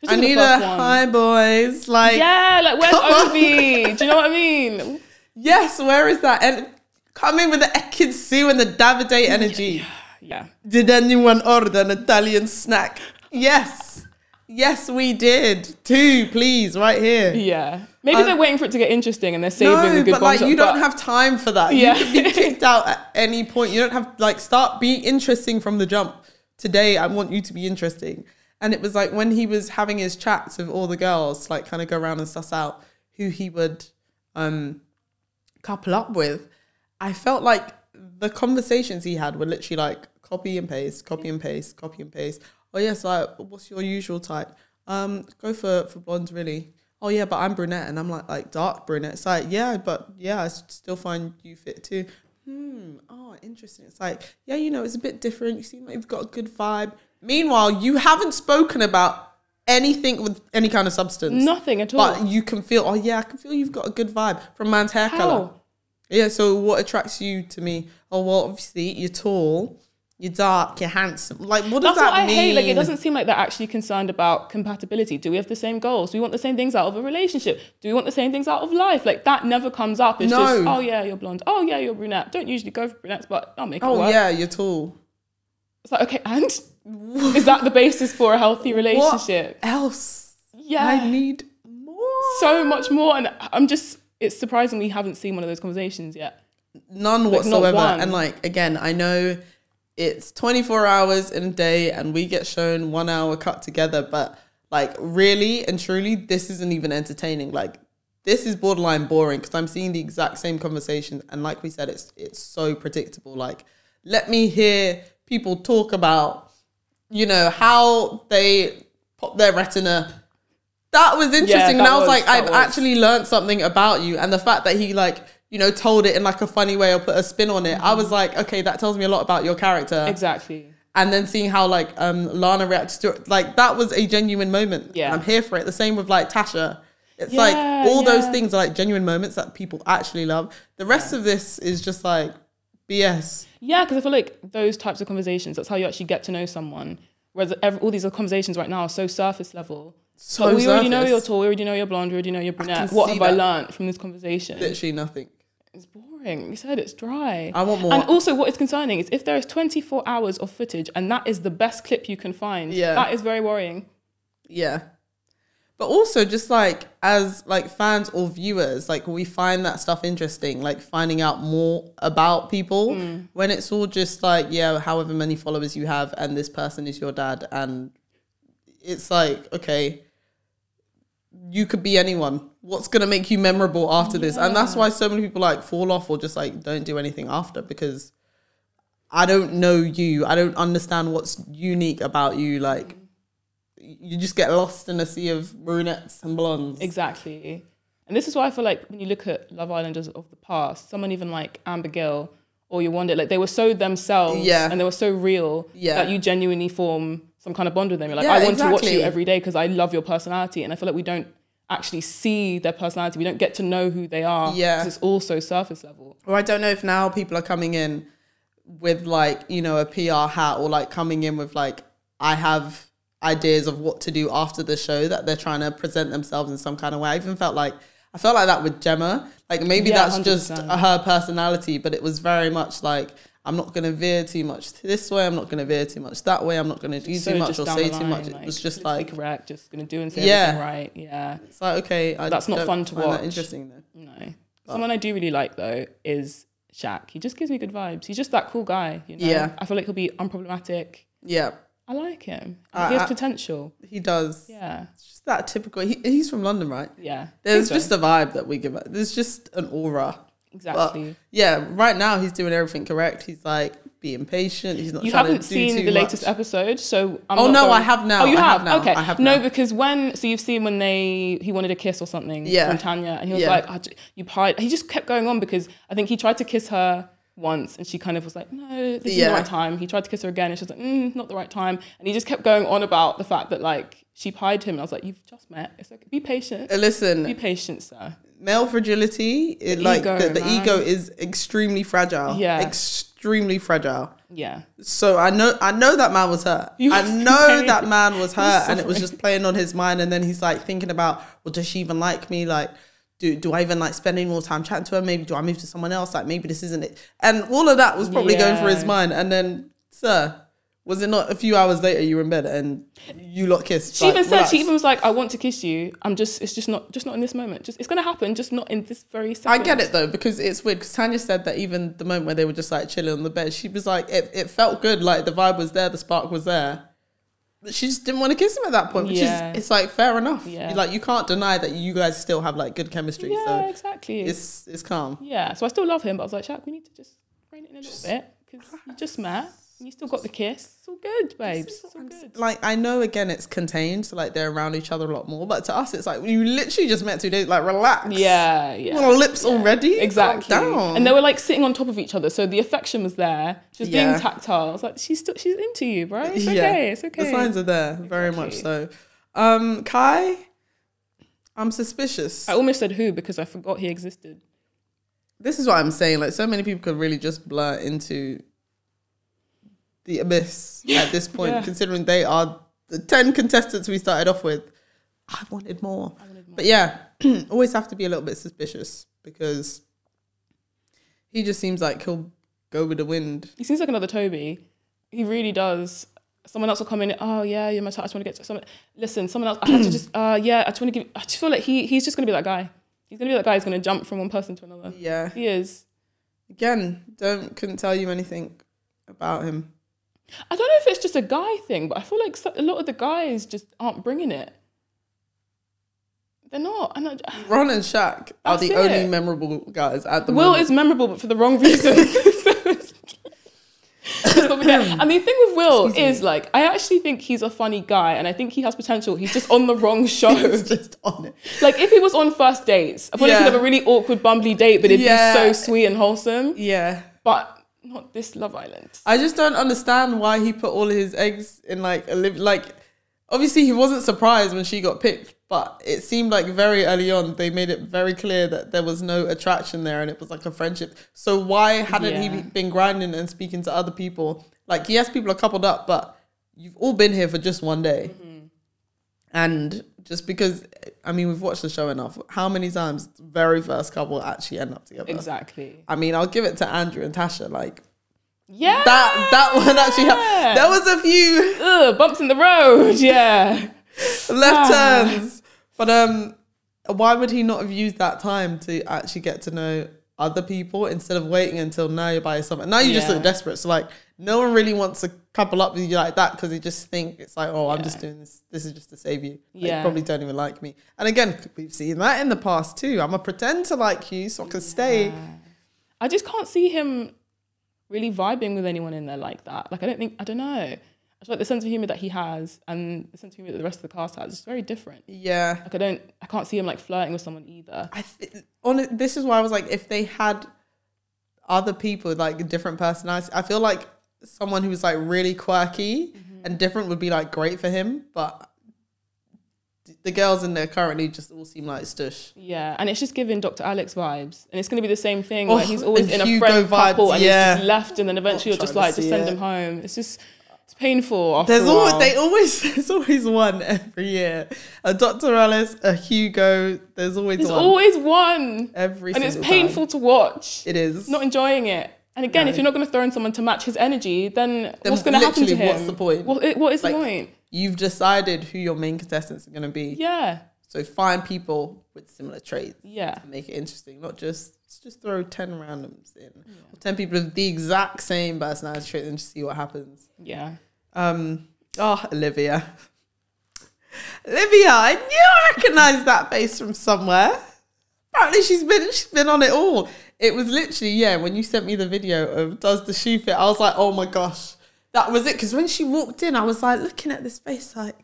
Just I in the need a first one. hi boys. Like Yeah, like where's Come on. Ovi? Do you know what I [LAUGHS] mean? yes, where is that? And come in with the Ekinsu and the Davide energy. [SIGHS] Yeah. Did anyone order an Italian snack? Yes. Yes, we did. Two, please, right here. Yeah. Maybe they're waiting for it to get interesting and they're saving the No, good but like bombshell, you don't but- have time for that. Yeah. You could [LAUGHS] be kicked out at any point. You don't have like start be interesting from the jump. Today I want you to be interesting. And it was like when he was having his chats with all the girls, to, like kind of go around and suss out who he would um couple up with. I felt like the conversations he had were literally like copy and paste, copy and paste, copy and paste. Oh yes, like what's your usual type? Um, go for for blonde really. Oh yeah, but I'm brunette and I'm like like dark brunette. It's like yeah, but yeah, I s- still find you fit too. Hmm. Oh, interesting. It's like yeah, you know, it's a bit different. You seem like you've got a good vibe. Meanwhile, you haven't spoken about anything with any kind of substance. Nothing at all. But you can feel, oh yeah, I can feel you've got a good vibe from man's hair color. How? Yeah, so what attracts you to me? Oh, well, obviously, you're tall, you're dark, you're handsome. Like, what does That's that what I mean? hate. Like, it doesn't seem like they're actually concerned about compatibility. Do we have the same goals? Do we want the same things out of a relationship? Do we want the same things out of life? Like, that never comes up. It's just, No. oh, yeah, you're blonde. Oh, yeah, you're brunette. Don't usually go for brunettes, but I'll make it Oh, work. yeah, you're tall. It's like, okay, and is that the basis for a healthy relationship? What else? Yeah. I need more. so much more. And I'm just, it's surprising we haven't seen one of those conversations yet. None whatsoever. one. And, like, again, I know it's 24 hours in a day and we get shown one hour cut together, but, like, really and truly, this isn't even entertaining. Like, this is borderline boring because I'm seeing the exact same conversation. And like we said, it's it's so predictable. Like, let me hear people talk about, you know, how they pop their retina. That was interesting. Yeah, and that I was, was- like, that I've was. actually learned something about you. And the fact that he like, you know, told it in like a funny way or put a spin on it. I was like, okay, that tells me a lot about your character. Exactly. And then seeing how like um Lana reacts to it, like that was a genuine moment. Yeah. And I'm here for it. The same with like Tasha. It's Yeah, like all those yeah. things are like genuine moments that people actually love. The rest of this is just like BS. Yeah, because I feel like those types of conversations, that's how you actually get to know someone. Whereas ev all these other conversations right now are so surface level. So but we already know surface. you're tall, we already know you're blonde, we already know you're brunette. can What see have I that. learned from this conversation? Literally nothing. It's boring. You said it's dry. I want more. And also, what is concerning is if there is 24 hours of footage and that is the best clip you can find, Yeah. that is very worrying. Yeah. But also just like as like fans or viewers, like we find that stuff interesting, like finding out more about people when it's all just like, yeah, however many followers you have and this person is your dad and it's like, okay, you could be anyone. What's gonna make you memorable after this? And that's why so many people like fall off or just like don't do anything after because I don't know you. I don't understand what's unique about you. Like you just get lost in a sea of brunettes and blondes. Exactly. And this is why I feel like when you look at Love Islanders of the past, someone even like Amber Gill or Yawanda, like they were so themselves Yeah. and they were so real Yeah. that you genuinely form some kind of bond with them. You're like, Yeah, I want to watch exactly. you every day because I love your personality. And I feel like we don't actually see their personality. We don't get to know who they are. Yeah. 'cause It's all so surface level. Or I don't know if now people are coming in with like, you know, a PR hat or like coming in with like, I have ideas of what to do after the show that they're trying to present themselves in some kind of way. I even felt like, I felt like that with Gemma. Like maybe Yeah, that's just 100%. her personality, but it was very much like, I'm not going to veer too much this way. I'm not going to veer too much that way. I'm not going to do So too much just or down say the too much. line, It was [LAUGHS] like, just politically like, correct, just gonna do and say Yeah. everything right. Yeah. it's like, okay. I That's not don't fun to find that watch. interesting though. No. Someone I do really like though is Shaq. He just gives me good vibes. He's just that cool guy. You know? Yeah. I feel like he'll be unproblematic. Yeah, I like him. Uh, he has I- potential. he does. Yeah. It's just that typical. He, he's from London, right? Yeah. There's Think so. just a vibe that we give it. There's just an aura. But exactly. yeah, right now he's doing everything correct. He's like being patient. He's not. you trying haven't to do seen too the latest much. episode, so I'm Oh not no, going- I have now. Oh, you I have? now. Okay. I have no, now. because when so you've seen when they he wanted a kiss or something Yeah. from Tanya, and he was Yeah. like, I, j- "You pied." He just kept going on because I think he tried to kiss her once, and she kind of was like, "No, this is Yeah. the right time." He tried to kiss her again, and she was like, mm, "Not the right time," and he just kept going on about the fact that like she pied him, and I was like, "You've just met. It's like be patient." Uh, Be Listen, patient, sir. male fragility, it, like ego, the, the man. ego is extremely fragile. Yeah. extremely fragile. Yeah, So I know, I know that man was hurt. You I were know pain. that man was hurt, and it was suffering. just playing on his mind. And then he's like thinking about, well, does she even like me? Like, do do I even like spending more time chatting to her? Maybe do I move to someone else? Like, maybe this isn't it. And all of that was probably going through his Yeah. mind. And then, sir, was it not a few hours later you were in bed and you lot kissed? she Like, even said relax. she even was like, "I want to kiss you. I'm just. It's just not. Just not in this moment. Just it's gonna happen. Just not in this very I second. get it though because it's weird. Because Tanya said that even the moment where they were just like chilling on the bed, she was like, it, it felt good. Like the vibe was there, the spark was there. But she just didn't want to kiss him at that point, which Yeah. is it's like fair enough. Yeah. Like you can't deny that you guys still have like good chemistry. Yeah, So exactly. it's it's calm. yeah, so I still love him, but I was like, Shaq, we need to just rein it in a little bit because you just met and you still got the kiss. It's all good, babes. It's all good. Like I know again it's contained, so like they're around each other a lot more. But to us, it's like you literally just met two days. Like relax. Yeah, You want yeah. our lips already? Calm Exactly. down. And they were like sitting on top of each other, so the affection was there. She was Yeah. being tactile. I was like, she's still, she's into you, bro. It's Yeah. okay. It's okay. The signs are there, very much so. Um, Kai, I'm suspicious. I almost said who because I forgot he existed. This is what I'm saying. Like, so many people could really just blur into the abyss at this point, Yeah. considering they are the 10 contestants we started off with. I wanted more. But yeah, [CLEARS THROAT] always have to be a little bit suspicious because he just seems like he'll go with the wind. He seems like another Toby. He really does. Someone else will come in. Oh yeah, you're my type. I just want to get to someone. Listen, someone else. I had to just. [CLEARS THROAT] Uh, yeah, I just want to give. I just feel like he he's just gonna be that guy. He's gonna be that guy. He's gonna jump from one person to another. Yeah. He is. Again, don't couldn't tell you anything about him. I don't know if it's just a guy thing, but I feel like so- a lot of the guys just aren't bringing it. They're not. And I, Ron and Shaq are That's the only it. memorable guys at the Will moment. is memorable, but for the [LAUGHS] wrong reasons. So it's- Let's not [LAUGHS] forget. and the thing with Will is like, I actually think he's a funny guy, and I think he has potential. He's just on the [LAUGHS] wrong show. It's just on it. Like if he was on first dates, I feel like Yeah. he'd have a really awkward, bumbly date, but it'd Yeah. be so sweet and wholesome. Yeah. But not this Love Island. I just don't understand why he put all his eggs in like a live like obviously he wasn't surprised when she got picked, but it seemed like very early on they made it very clear that there was no attraction there and it was like a friendship. So why hadn't Yeah. he been grinding and speaking to other people? Like yes, people are coupled up, but you've all been here for just one day. And just because I mean we've watched the show enough, how many times the very first couple actually end up together? Exactly. I mean, I'll give it to Andrew and Tasha. Like Yeah. that that one actually ha- there was a few Ugh, bumps in the road. [LAUGHS] Yeah. left Ah. turns but um why would he not have used that time to actually get to know other people instead of waiting until now you're by yourself and now you just Yeah. look desperate so like no one really wants to couple up with you like that because they just think it's like oh i'm just doing this this is just to save you Like, you Yeah. probably don't even like me and again we've seen that in the past too i'm gonna pretend to like you so i can stay I just can't see him really vibing with anyone in there like that. Like I don't think I don't know. I just like the sense of humor that he has and the sense of humor that the rest of the cast has is very different. yeah Like I don't I can't see him like flirting with someone either. I th- on this is why I was like, if they had other people like different personalities, I feel like someone who was like really quirky Mm-hmm. and different would be like great for him. But the girls in there currently just all seem like stush. Yeah, and it's just giving Dr. Alex vibes, and it's going to be the same thing Oh, where he's always the in a Hugo friend vibes, couple, and yeah. he's just left, and then eventually you're trying just to like, just see send it. him home. It's just it's painful. After There's a always while. they always [LAUGHS] there's always one every year. A Dr. Alice, a Hugo. There's always There's one always one, every and it's single painful time. to watch. It is Not enjoying it. And again, if you're not going to throw in someone to match his energy, then, what's going to happen literally, to him? what's the point? What, what is Like- the point? You've decided who your main contestants are going to be. Yeah. So find people with similar traits Yeah. to make it interesting, not just let's just throw ten randoms in, or ten people with the exact same personality trait, and just see what happens. Yeah. Um, oh, Olivia. Olivia, I knew I recognised that face from somewhere. Apparently, she's been she's been on it all. It was literally yeah. When you sent me the video of does the shoe fit, I was like, oh my gosh, that was it. Because when she walked in, I was like looking at this face, like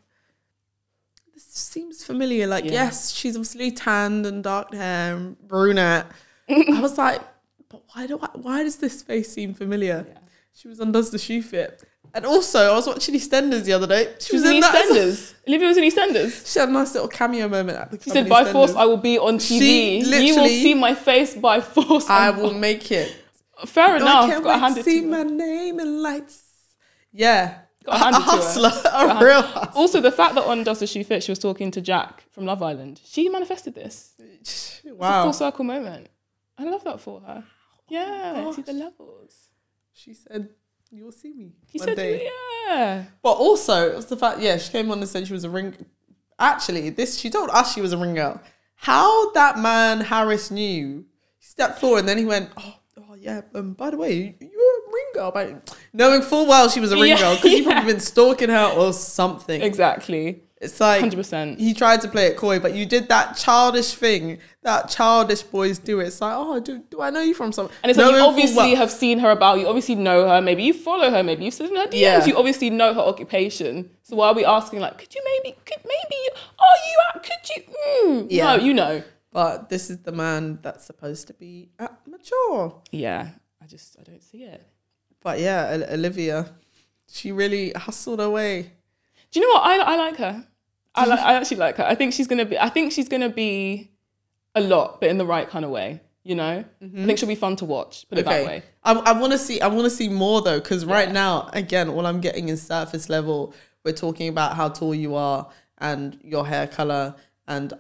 this seems familiar. Like Yeah. yes, she's obviously tanned and dark hair, and brunette. I was like, but why do I, why does this face seem familiar? Yeah. She was on Does the Shoe Fit. And also, I was watching EastEnders the other day. She, She was in in that. EastEnders. Olivia was in EastEnders. She had a nice little cameo moment at the She said, "By force, I I, will be on She TV. You will literally- see my face by force. I'm- will make it. Fair No, enough. I can't Got to wait hand to it see to her. my name in lights. Yeah. Gotta hand a it to her. hustler. Gotta A hand- real hustler. [LAUGHS] Also, the fact that on Does the Shoe Fit, she was talking to Jack from Love Island. She manifested this. It's a Wow. Oh full circle moment. I love that for her. Yeah, see the levels. She said, You'll see me. She one said, day. yeah. But also, it was the fact, yeah, she came on and said she was a ring. Actually, this she told us she was a ring girl. How that man Harris knew, he stepped forward and then he went, oh, oh yeah. Um, by the way, you, you were a ring girl, but knowing full well she was a ring Yeah, girl because you've yeah. probably been stalking her or something. Exactly. It's like 100%. he tried to play it coy, but you did that childish thing that childish boys do. It's like, oh, do, do I know you from somewhere? And it's like you obviously have seen her about, you obviously know her, maybe you follow her, maybe you've seen her DMs, Yeah. you obviously know her occupation. So why are we asking like, could you maybe, could maybe, you, are you at, could you, mm. Yeah. no, you know. But this is the man that's supposed to be uh, mature. Yeah, I just, I don't see it. But yeah, O- Olivia, she really hustled away. Do you know what? I, I like her. I, li- I actually like her. I think she's gonna be. I think she's gonna be a lot, but in the right kind of way. You know, Mm-hmm. I think she'll be fun to watch. Put it that way. I, I want to see. I want to see more though, because right now, again, all I'm getting is surface level. We're talking about how tall you are and your hair color, and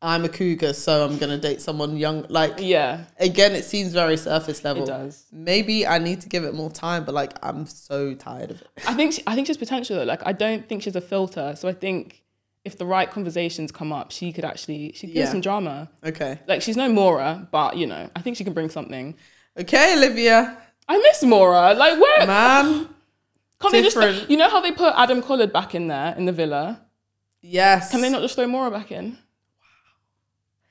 I'm a cougar, so I'm gonna date someone young. Like Yeah, again, it seems very surface level. it does. Maybe I need to give it more time, but like I'm so tired of it. I think she, I think she's potential though. Like I don't think she's a filter. So I think if the right conversations come up, she could actually she could give Yeah. some drama. Okay, Like she's no Mora, but you know, I think she can bring something. okay, Olivia, I miss Mora. Like where [LAUGHS] man, can't they just different. you know how they put Adam Collard back in there in the villa? yes. Can they not just throw Mora back in?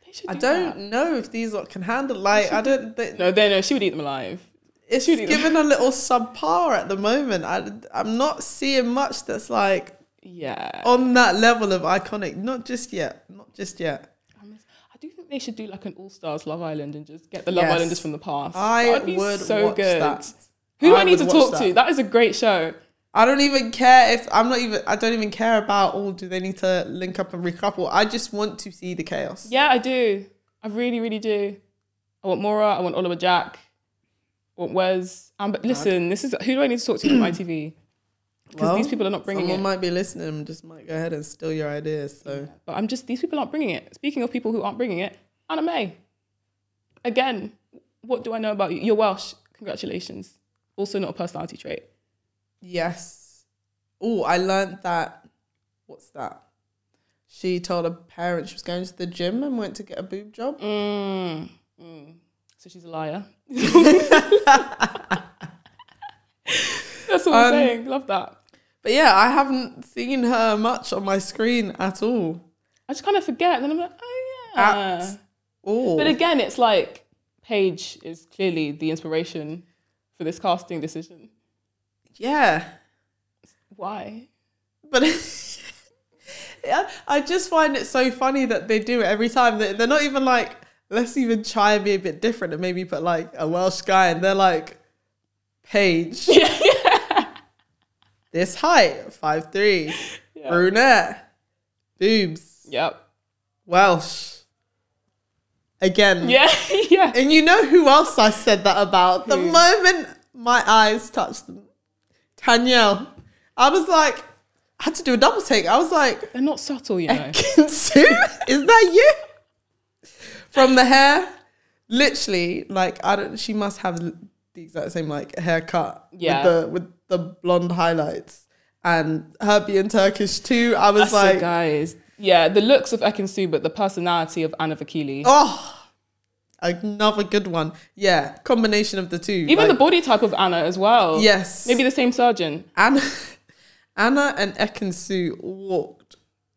They should I do don't that. know if these lot can handle. Like I don't. They, No, they no. She would eat them alive. it's Truly. given a little subpar at the moment. I, I'm not seeing much that's like Yeah. on that level of iconic. Not just yet. Not just yet. I miss- I do think they should do like an All Stars Love Island and just get the Love Yes. Islanders from the past. I That'd be would so watch good. that. Who do I, I need to would watch talk to? That is a great show. I don't even care if I'm not even. I don't even care about. Oh, do they need to link up and recouple? I just want to see the chaos. Yeah, I do. I really, really do. I want Mora. I want Oliver Jack. I want Wes. Amber. Listen, this is who do I need to talk to [CLEARS THROAT] on ITV? Because Well, these people are not bringing Someone it. might be listening. Just might go ahead and steal your ideas. So But I'm just these people aren't bringing it. Speaking of people who aren't bringing it, Anna May. Again, what do I know about you? You're Welsh. Congratulations. Also not a personality trait. yes. Oh, I learned that. What's that? She told her parents she was going to the gym and went to get a boob job. Mm, mm. So she's [LAUGHS] a liar. [LAUGHS] That's all I'm Um, saying. Love that. But yeah, I haven't seen her much on my screen at all. I just kind of forget, and then I'm like, oh yeah. At all. But again, it's like Paige is clearly the inspiration for this casting decision. yeah. Why? But [LAUGHS] yeah, I just find it so funny that they do it every time. They- They're not even like, let's even try and be a bit different and maybe put like a Welsh guy and they're like, [LAUGHS] Paige. This height, 5'3, Yeah. brunette, boobs, Yep. Welsh. Again. [LAUGHS] Yeah. yeah. And you know who else I said that about? The Who? moment my eyes touched them, Tanyelle. I was like, I had to do a double take. I was like, They're not subtle, [LAUGHS] you know. Kinsu, is that you? From the hair, literally, like I don't. She must have the exact same like haircut. Yeah. With the with the blonde highlights and her being Turkish too. I was So like, guys, Yeah, the looks of Ekinsu, but the personality of Anna Vakili. Oh, another good one. Yeah, combination of the two. Even the like- body type of Anna as well. Yes. Maybe the same surgeon. Anna, [LAUGHS] Anna and Ekansu walked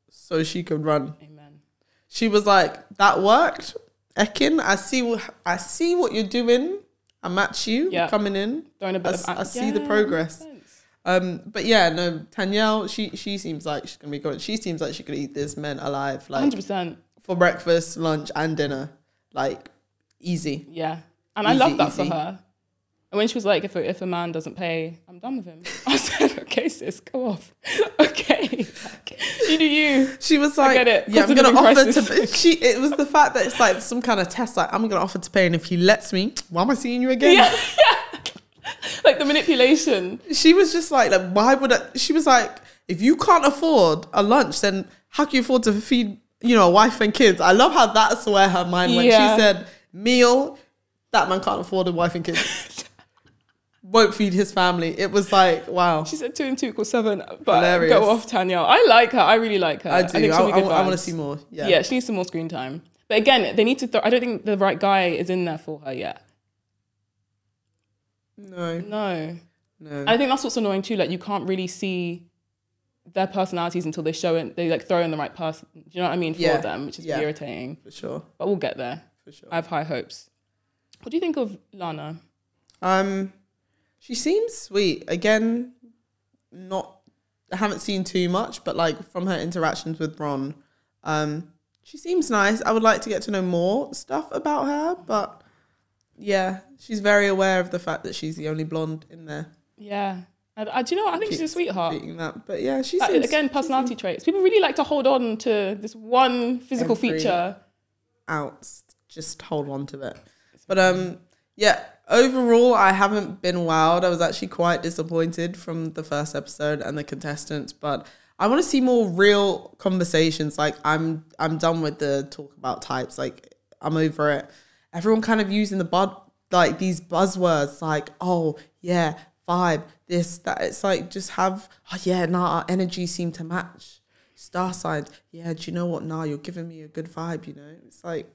so she could run. Amen. She was like, "That worked, Ekin. I see. wh- I see what you're doing. I match you Yeah. coming in. Throwing a bit I, of s- Anna. I see the progress." Um, but yeah, no, Tanyelle, she she seems like she's gonna be good. She seems like she could eat this man alive, like Hundred percent. for breakfast, lunch, and dinner, like easy. Yeah. And Easy, I love that easy. for her. And when she was like, if a, if a man doesn't pay, I'm done with him. [LAUGHS] I said, okay, sis, go off. [LAUGHS] okay. Like, you do you. She was like, get it. "Yeah, Cost I'm of gonna living offer to." crisis. She it was the fact that it's like some kind of test. Like I'm gonna offer to pay, and if he lets me, why am I seeing you again? [LAUGHS] Yeah. like the manipulation. She was just like, like, why would I? She was like, if you can't afford a lunch, then how can you afford to feed you know a wife and kids? I love how that's where her mind went. Yeah. She said, meal, that man can't afford a wife and kids. Won't feed his family. It was like, wow. She said two and two equals seven, but Hilarious. go off, Tanya. I like her. I really like her. I do. I, she'll be good want to vibes. see more. Yeah. Yeah. she needs some more screen time. But again, they need to. Throw, I don't think the right guy is in there for her yet. No. No, No. I think that's what's annoying too. Like you can't really see their personalities until they show it. They like throw in the right person. Do you know what I mean for Yeah. them, which is Yeah. irritating. for sure. But we'll get there. For sure. I have high hopes. What do you think of Lana? Um, she seems sweet. Again, not I haven't seen too much, but like from her interactions with Ron, um, she seems nice. I would like to get to know more stuff about her, but yeah, she's very aware of the fact that she's the only blonde in there Yeah, I, I, do you know what? I think she's a sweetheart. beating that. But yeah, she Like, seems again, personality traits. People really like to hold on to this one physical Every- feature. out. Just hold on to it. But um, yeah. Overall, I haven't been wowed. I was actually quite disappointed from the first episode and the contestants. But I want to see more real conversations. Like I'm, I'm done with the talk about types. Like I'm over it. Everyone kind of using the bud like these buzzwords. Like oh yeah, vibe. This that. It's like just have. Oh yeah, nah. Our energy seem to match. Star signs. Yeah. Do you know what? Nah, you're giving me a good vibe. You know. It's like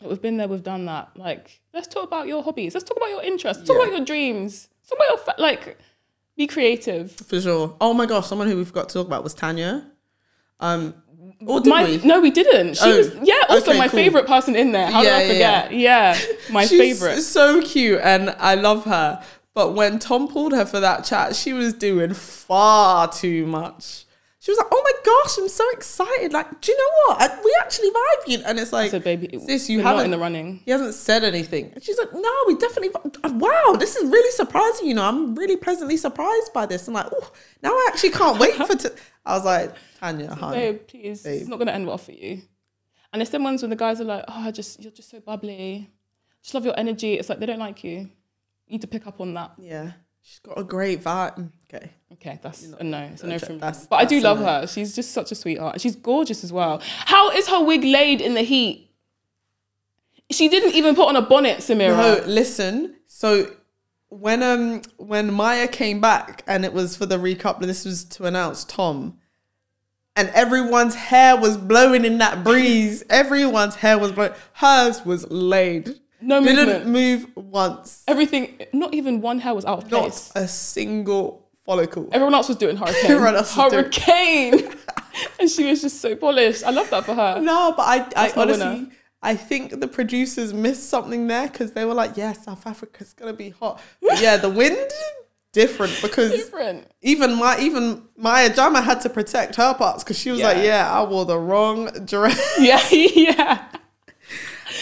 Like, We've been there, we've done that. Like, let's talk about your hobbies. Let's talk about your interests. Let's Talk Yeah. about your dreams. Let's Talk about your fa- like, be creative. For sure. Oh my gosh, someone who we forgot to talk about was Tanya. Um, or did My, we? no, we didn't. She Oh, was yeah. Also, okay, my cool. favorite person in there. How Yeah, did I yeah, forget? Yeah, my She's favorite. So cute, and I love her. But when Tom pulled her for that chat, she was doing far too much. She was like, "Oh my gosh, I'm so excited! Like, do you know what? I, we actually vibe, you." And it's like, So baby, it- sis, you we're not haven't in the running. He hasn't said anything. And she's like, no, we definitely, uh, wow, this is really surprising. You know, I'm really pleasantly surprised by this. I'm like, oh, now I actually can't [LAUGHS] wait for to. I was like, Tanya, honey. Babe, please, it's not gonna end well for you. And it's them ones when the guys are like, oh, I just you're just so bubbly. Just love your energy. It's like they don't like you. You need to pick up on that. Yeah, she's got a great vibe. Okay. Okay, that's a no. It's a no okay, from me. that's- But I do that's a love no. her. She's just such a sweetheart. And She's gorgeous as well. How is her wig laid in the heat? She didn't even put on a bonnet, Samira. No, listen. So when um when Maya came back and it was for the recoupling, this was to announce Tom, and everyone's hair was blowing in that breeze. everyone's hair was blowing. Hers was laid. No, movement. Didn't move once. Everything, not even one hair was out of Not place. a single follicle. Everyone else was doing hurricane. Everyone else was doing- [LAUGHS] hurricane. and she was just so polished. I love that for her. No, but I, I my honestly, winner. I think the producers missed something there because they were like, "Yeah, South Africa's gonna be hot." But yeah, the wind different because Different. even my even Maya Jama had to protect her parts because she was Yeah. like, "Yeah, I wore the wrong dress." [LAUGHS] Yeah, yeah.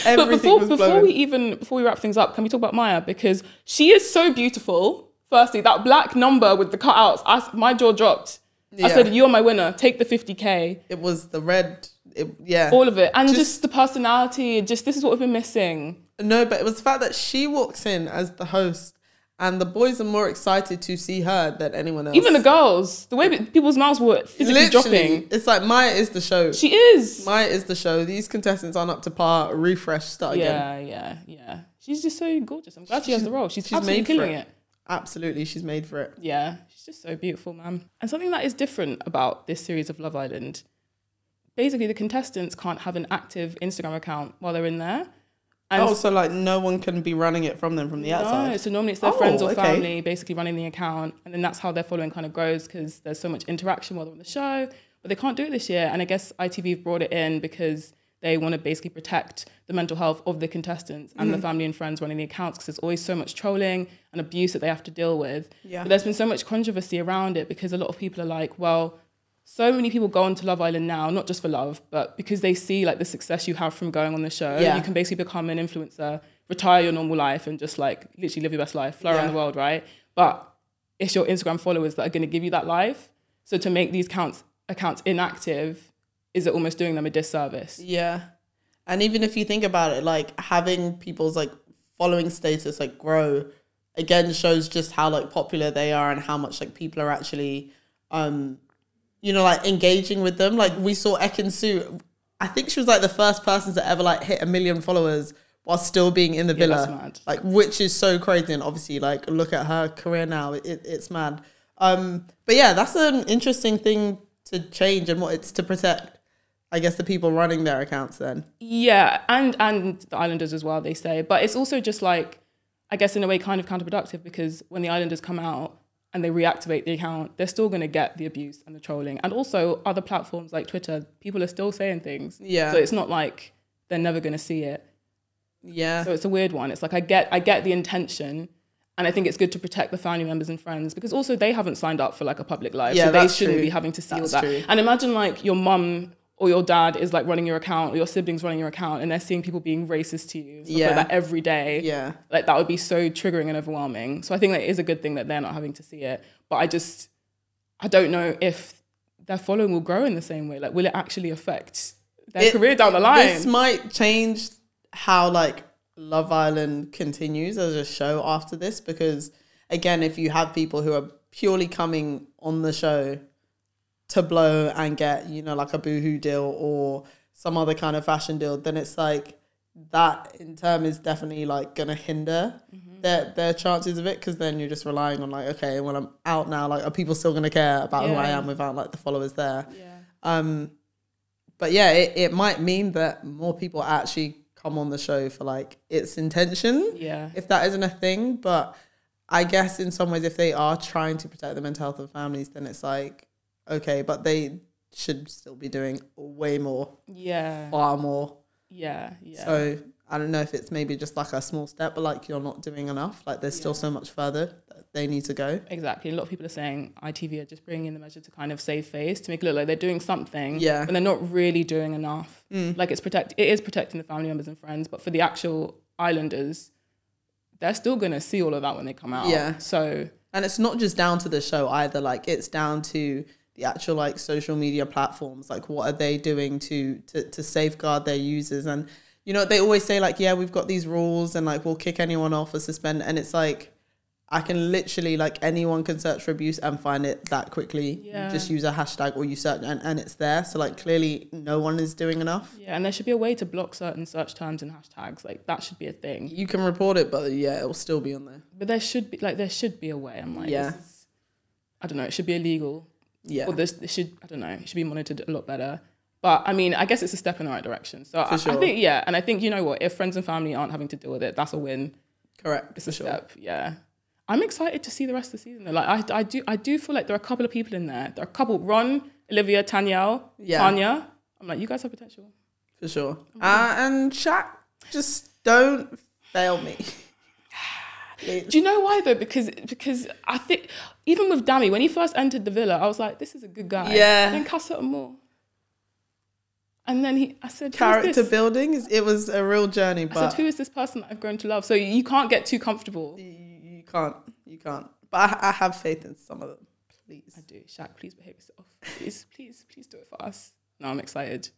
But Everything before was before blowing. we even before we wrap things up, can we talk about Maya because she is so beautiful. Firstly, that black number with the cutouts, I, my jaw dropped. I Yeah. said, "You are my winner. Take the fifty k, it was the red. It, yeah, all of it, and just, Just- the personality. Just this is what we've been missing. No, but it was the fact that she walks in as the host, and the boys are more excited to see her than anyone else. Even the girls, the way that people's mouths were physically Literally, dropping. it's like Maya is the show. She is. Maya is the show. These contestants aren't up to par. Refresh, start again. yeah, yeah, yeah. She's just so gorgeous. I'm glad she has the role. She's, she's absolutely made for killing it. it. Absolutely, she's made for it. Yeah, she's just so beautiful, man. And something that is different about this series of Love Island, basically the contestants can't have an active Instagram account while they're in there. And Oh, so like no one can be running it from them from the No, outside. so normally it's their friends Oh, or okay. family basically running the account, and then that's how their following kind of grows because there's so much interaction while they're on the show. But they can't do it this year, and I guess ITV have brought it in because they want to basically protect the mental health of the contestants Mm. and the family and friends running the accounts because there's always so much trolling and abuse that they have to deal with. Yeah. But there's been so much controversy around it because a lot of people are like, well, so many people go onto Love Island now, not just for love, but because they see like the success you have from going on the show. Yeah. You can basically become an influencer, retire your normal life, and just like literally live your best life, fly around Yeah. the world, right? But it's your Instagram followers that are going to give you that life. So to make these counts accounts inactive, is it almost doing them a disservice? Yeah. And even if you think about it, like having people's like following status like grow again shows just how like popular they are and how much like people are actually um you know like engaging with them. Like we saw Ekin Sue, I think she was like the first person to ever like hit a million followers while still being in the villa. that's mad. Like which is so crazy and obviously like look at her career now. It, it's mad. Um but yeah, that's an interesting thing to change and what it's to protect I guess the people running their accounts then. Yeah, and and the Islanders as well, they say. But it's also just like, I guess in a way, kind of counterproductive because when the Islanders come out and they reactivate the account, they're still going to get the abuse and the trolling, and also other platforms like Twitter, people are still saying things. Yeah. So it's not like they're never going to see it. Yeah. So it's a weird one. It's like I get I get the intention. And I think it's good to protect the family members and friends because also they haven't signed up for like a public life, Yeah, so they that's shouldn't true. be having to see That's all that. true. And imagine like your mum or your dad is like running your account, or your siblings running your account, and they're seeing people being racist to you, stuff Yeah. like that every day. yeah. Like that would be so triggering and overwhelming. So I think that it is a good thing that they're not having to see it. But I just I don't know if their following will grow in the same way. Like, will it actually affect their It- career down the line? This might change how like Love Island continues as a show after this because again, if you have people who are purely coming on the show to blow and get, you know, like a boohoo deal or some other kind of fashion deal, then it's like that in term is definitely like gonna hinder their their chances of it because then you're just relying on like okay when I'm out now like are people still gonna care about who I Yeah. am without like the followers there yeah. um, but yeah, it, it might mean that more people actually come on the show for like its intention, Yeah. if that isn't a thing. But I guess in some ways, if they are trying to protect the mental health of families, then it's like, okay, but they should still be doing way more, Yeah. far more. Yeah. Yeah. So I don't know if it's maybe just like a small step, but like you're not doing enough. Like there's still so much further that they need to go. Exactly. A lot of people are saying ITV are just bringing in the measure to kind of save face to make it look like they're doing something. Yeah. Mm. And they're not really doing enough. Like it's protect it is protecting the family members and friends, but for the actual islanders, they're still gonna see all of that when they come out. Yeah. So And it's not just down to the show either. Like it's down to the actual like social media platforms. Like what are they doing to to, to safeguard their users? And you know they always say like, yeah, we've got these rules, and like we'll kick anyone off or suspend. And it's like I can literally like anyone can search for abuse and find it that quickly. Yeah. You just use a hashtag or you search and, and it's there. So like clearly no one is doing enough. yeah, and there should be a way to block certain search terms and hashtags. Like that should be a thing. You can report it, but yeah, it'll still be on there. But there should be like there should be a way. I'm like Yeah. this is- I don't know, it should be illegal. Yeah. Or this, this should I don't know, it should be monitored a lot better. But I mean, I guess it's a step in the right direction. So I, I sure. think yeah, and I think you know what, if friends and family aren't having to deal with it, that's a win. Correct. It's For a sure. step. Yeah. I'm excited to see the rest of the season though. Like I, I do I do feel like there are a couple of people in there. There are a couple Ron, Olivia, Tanya, Yeah. Tanya. I'm like, you guys have potential. For sure. Mm-hmm. Uh, and Shaq, just don't fail me. Do you know why though? Because because I think even with Dammy, when he first entered the villa, I was like, this is a good guy. Yeah. Then cuss at him more. And then he I said, "Who is this?" Character building, is- it was a real journey, I but said, who is this person that I've grown to love? So you can't get too comfortable. you, you can't. You can't. But I, I have faith in some of them. Please. I do. Shaq, please behave yourself. Please, please, please do it for us. No, I'm excited.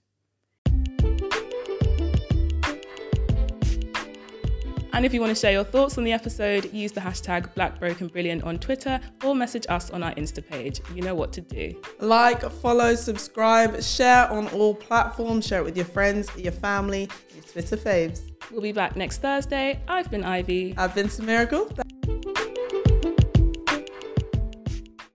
And if you want to share your thoughts on the episode, use the hashtag BlackBrokenBrilliant on Twitter or message us on our Insta page. You know what to do. Like, follow, subscribe, share on all platforms. Share it with your friends, your family, your Twitter faves. We'll be back next Thursday. I've been Ivy. I've been Miracle.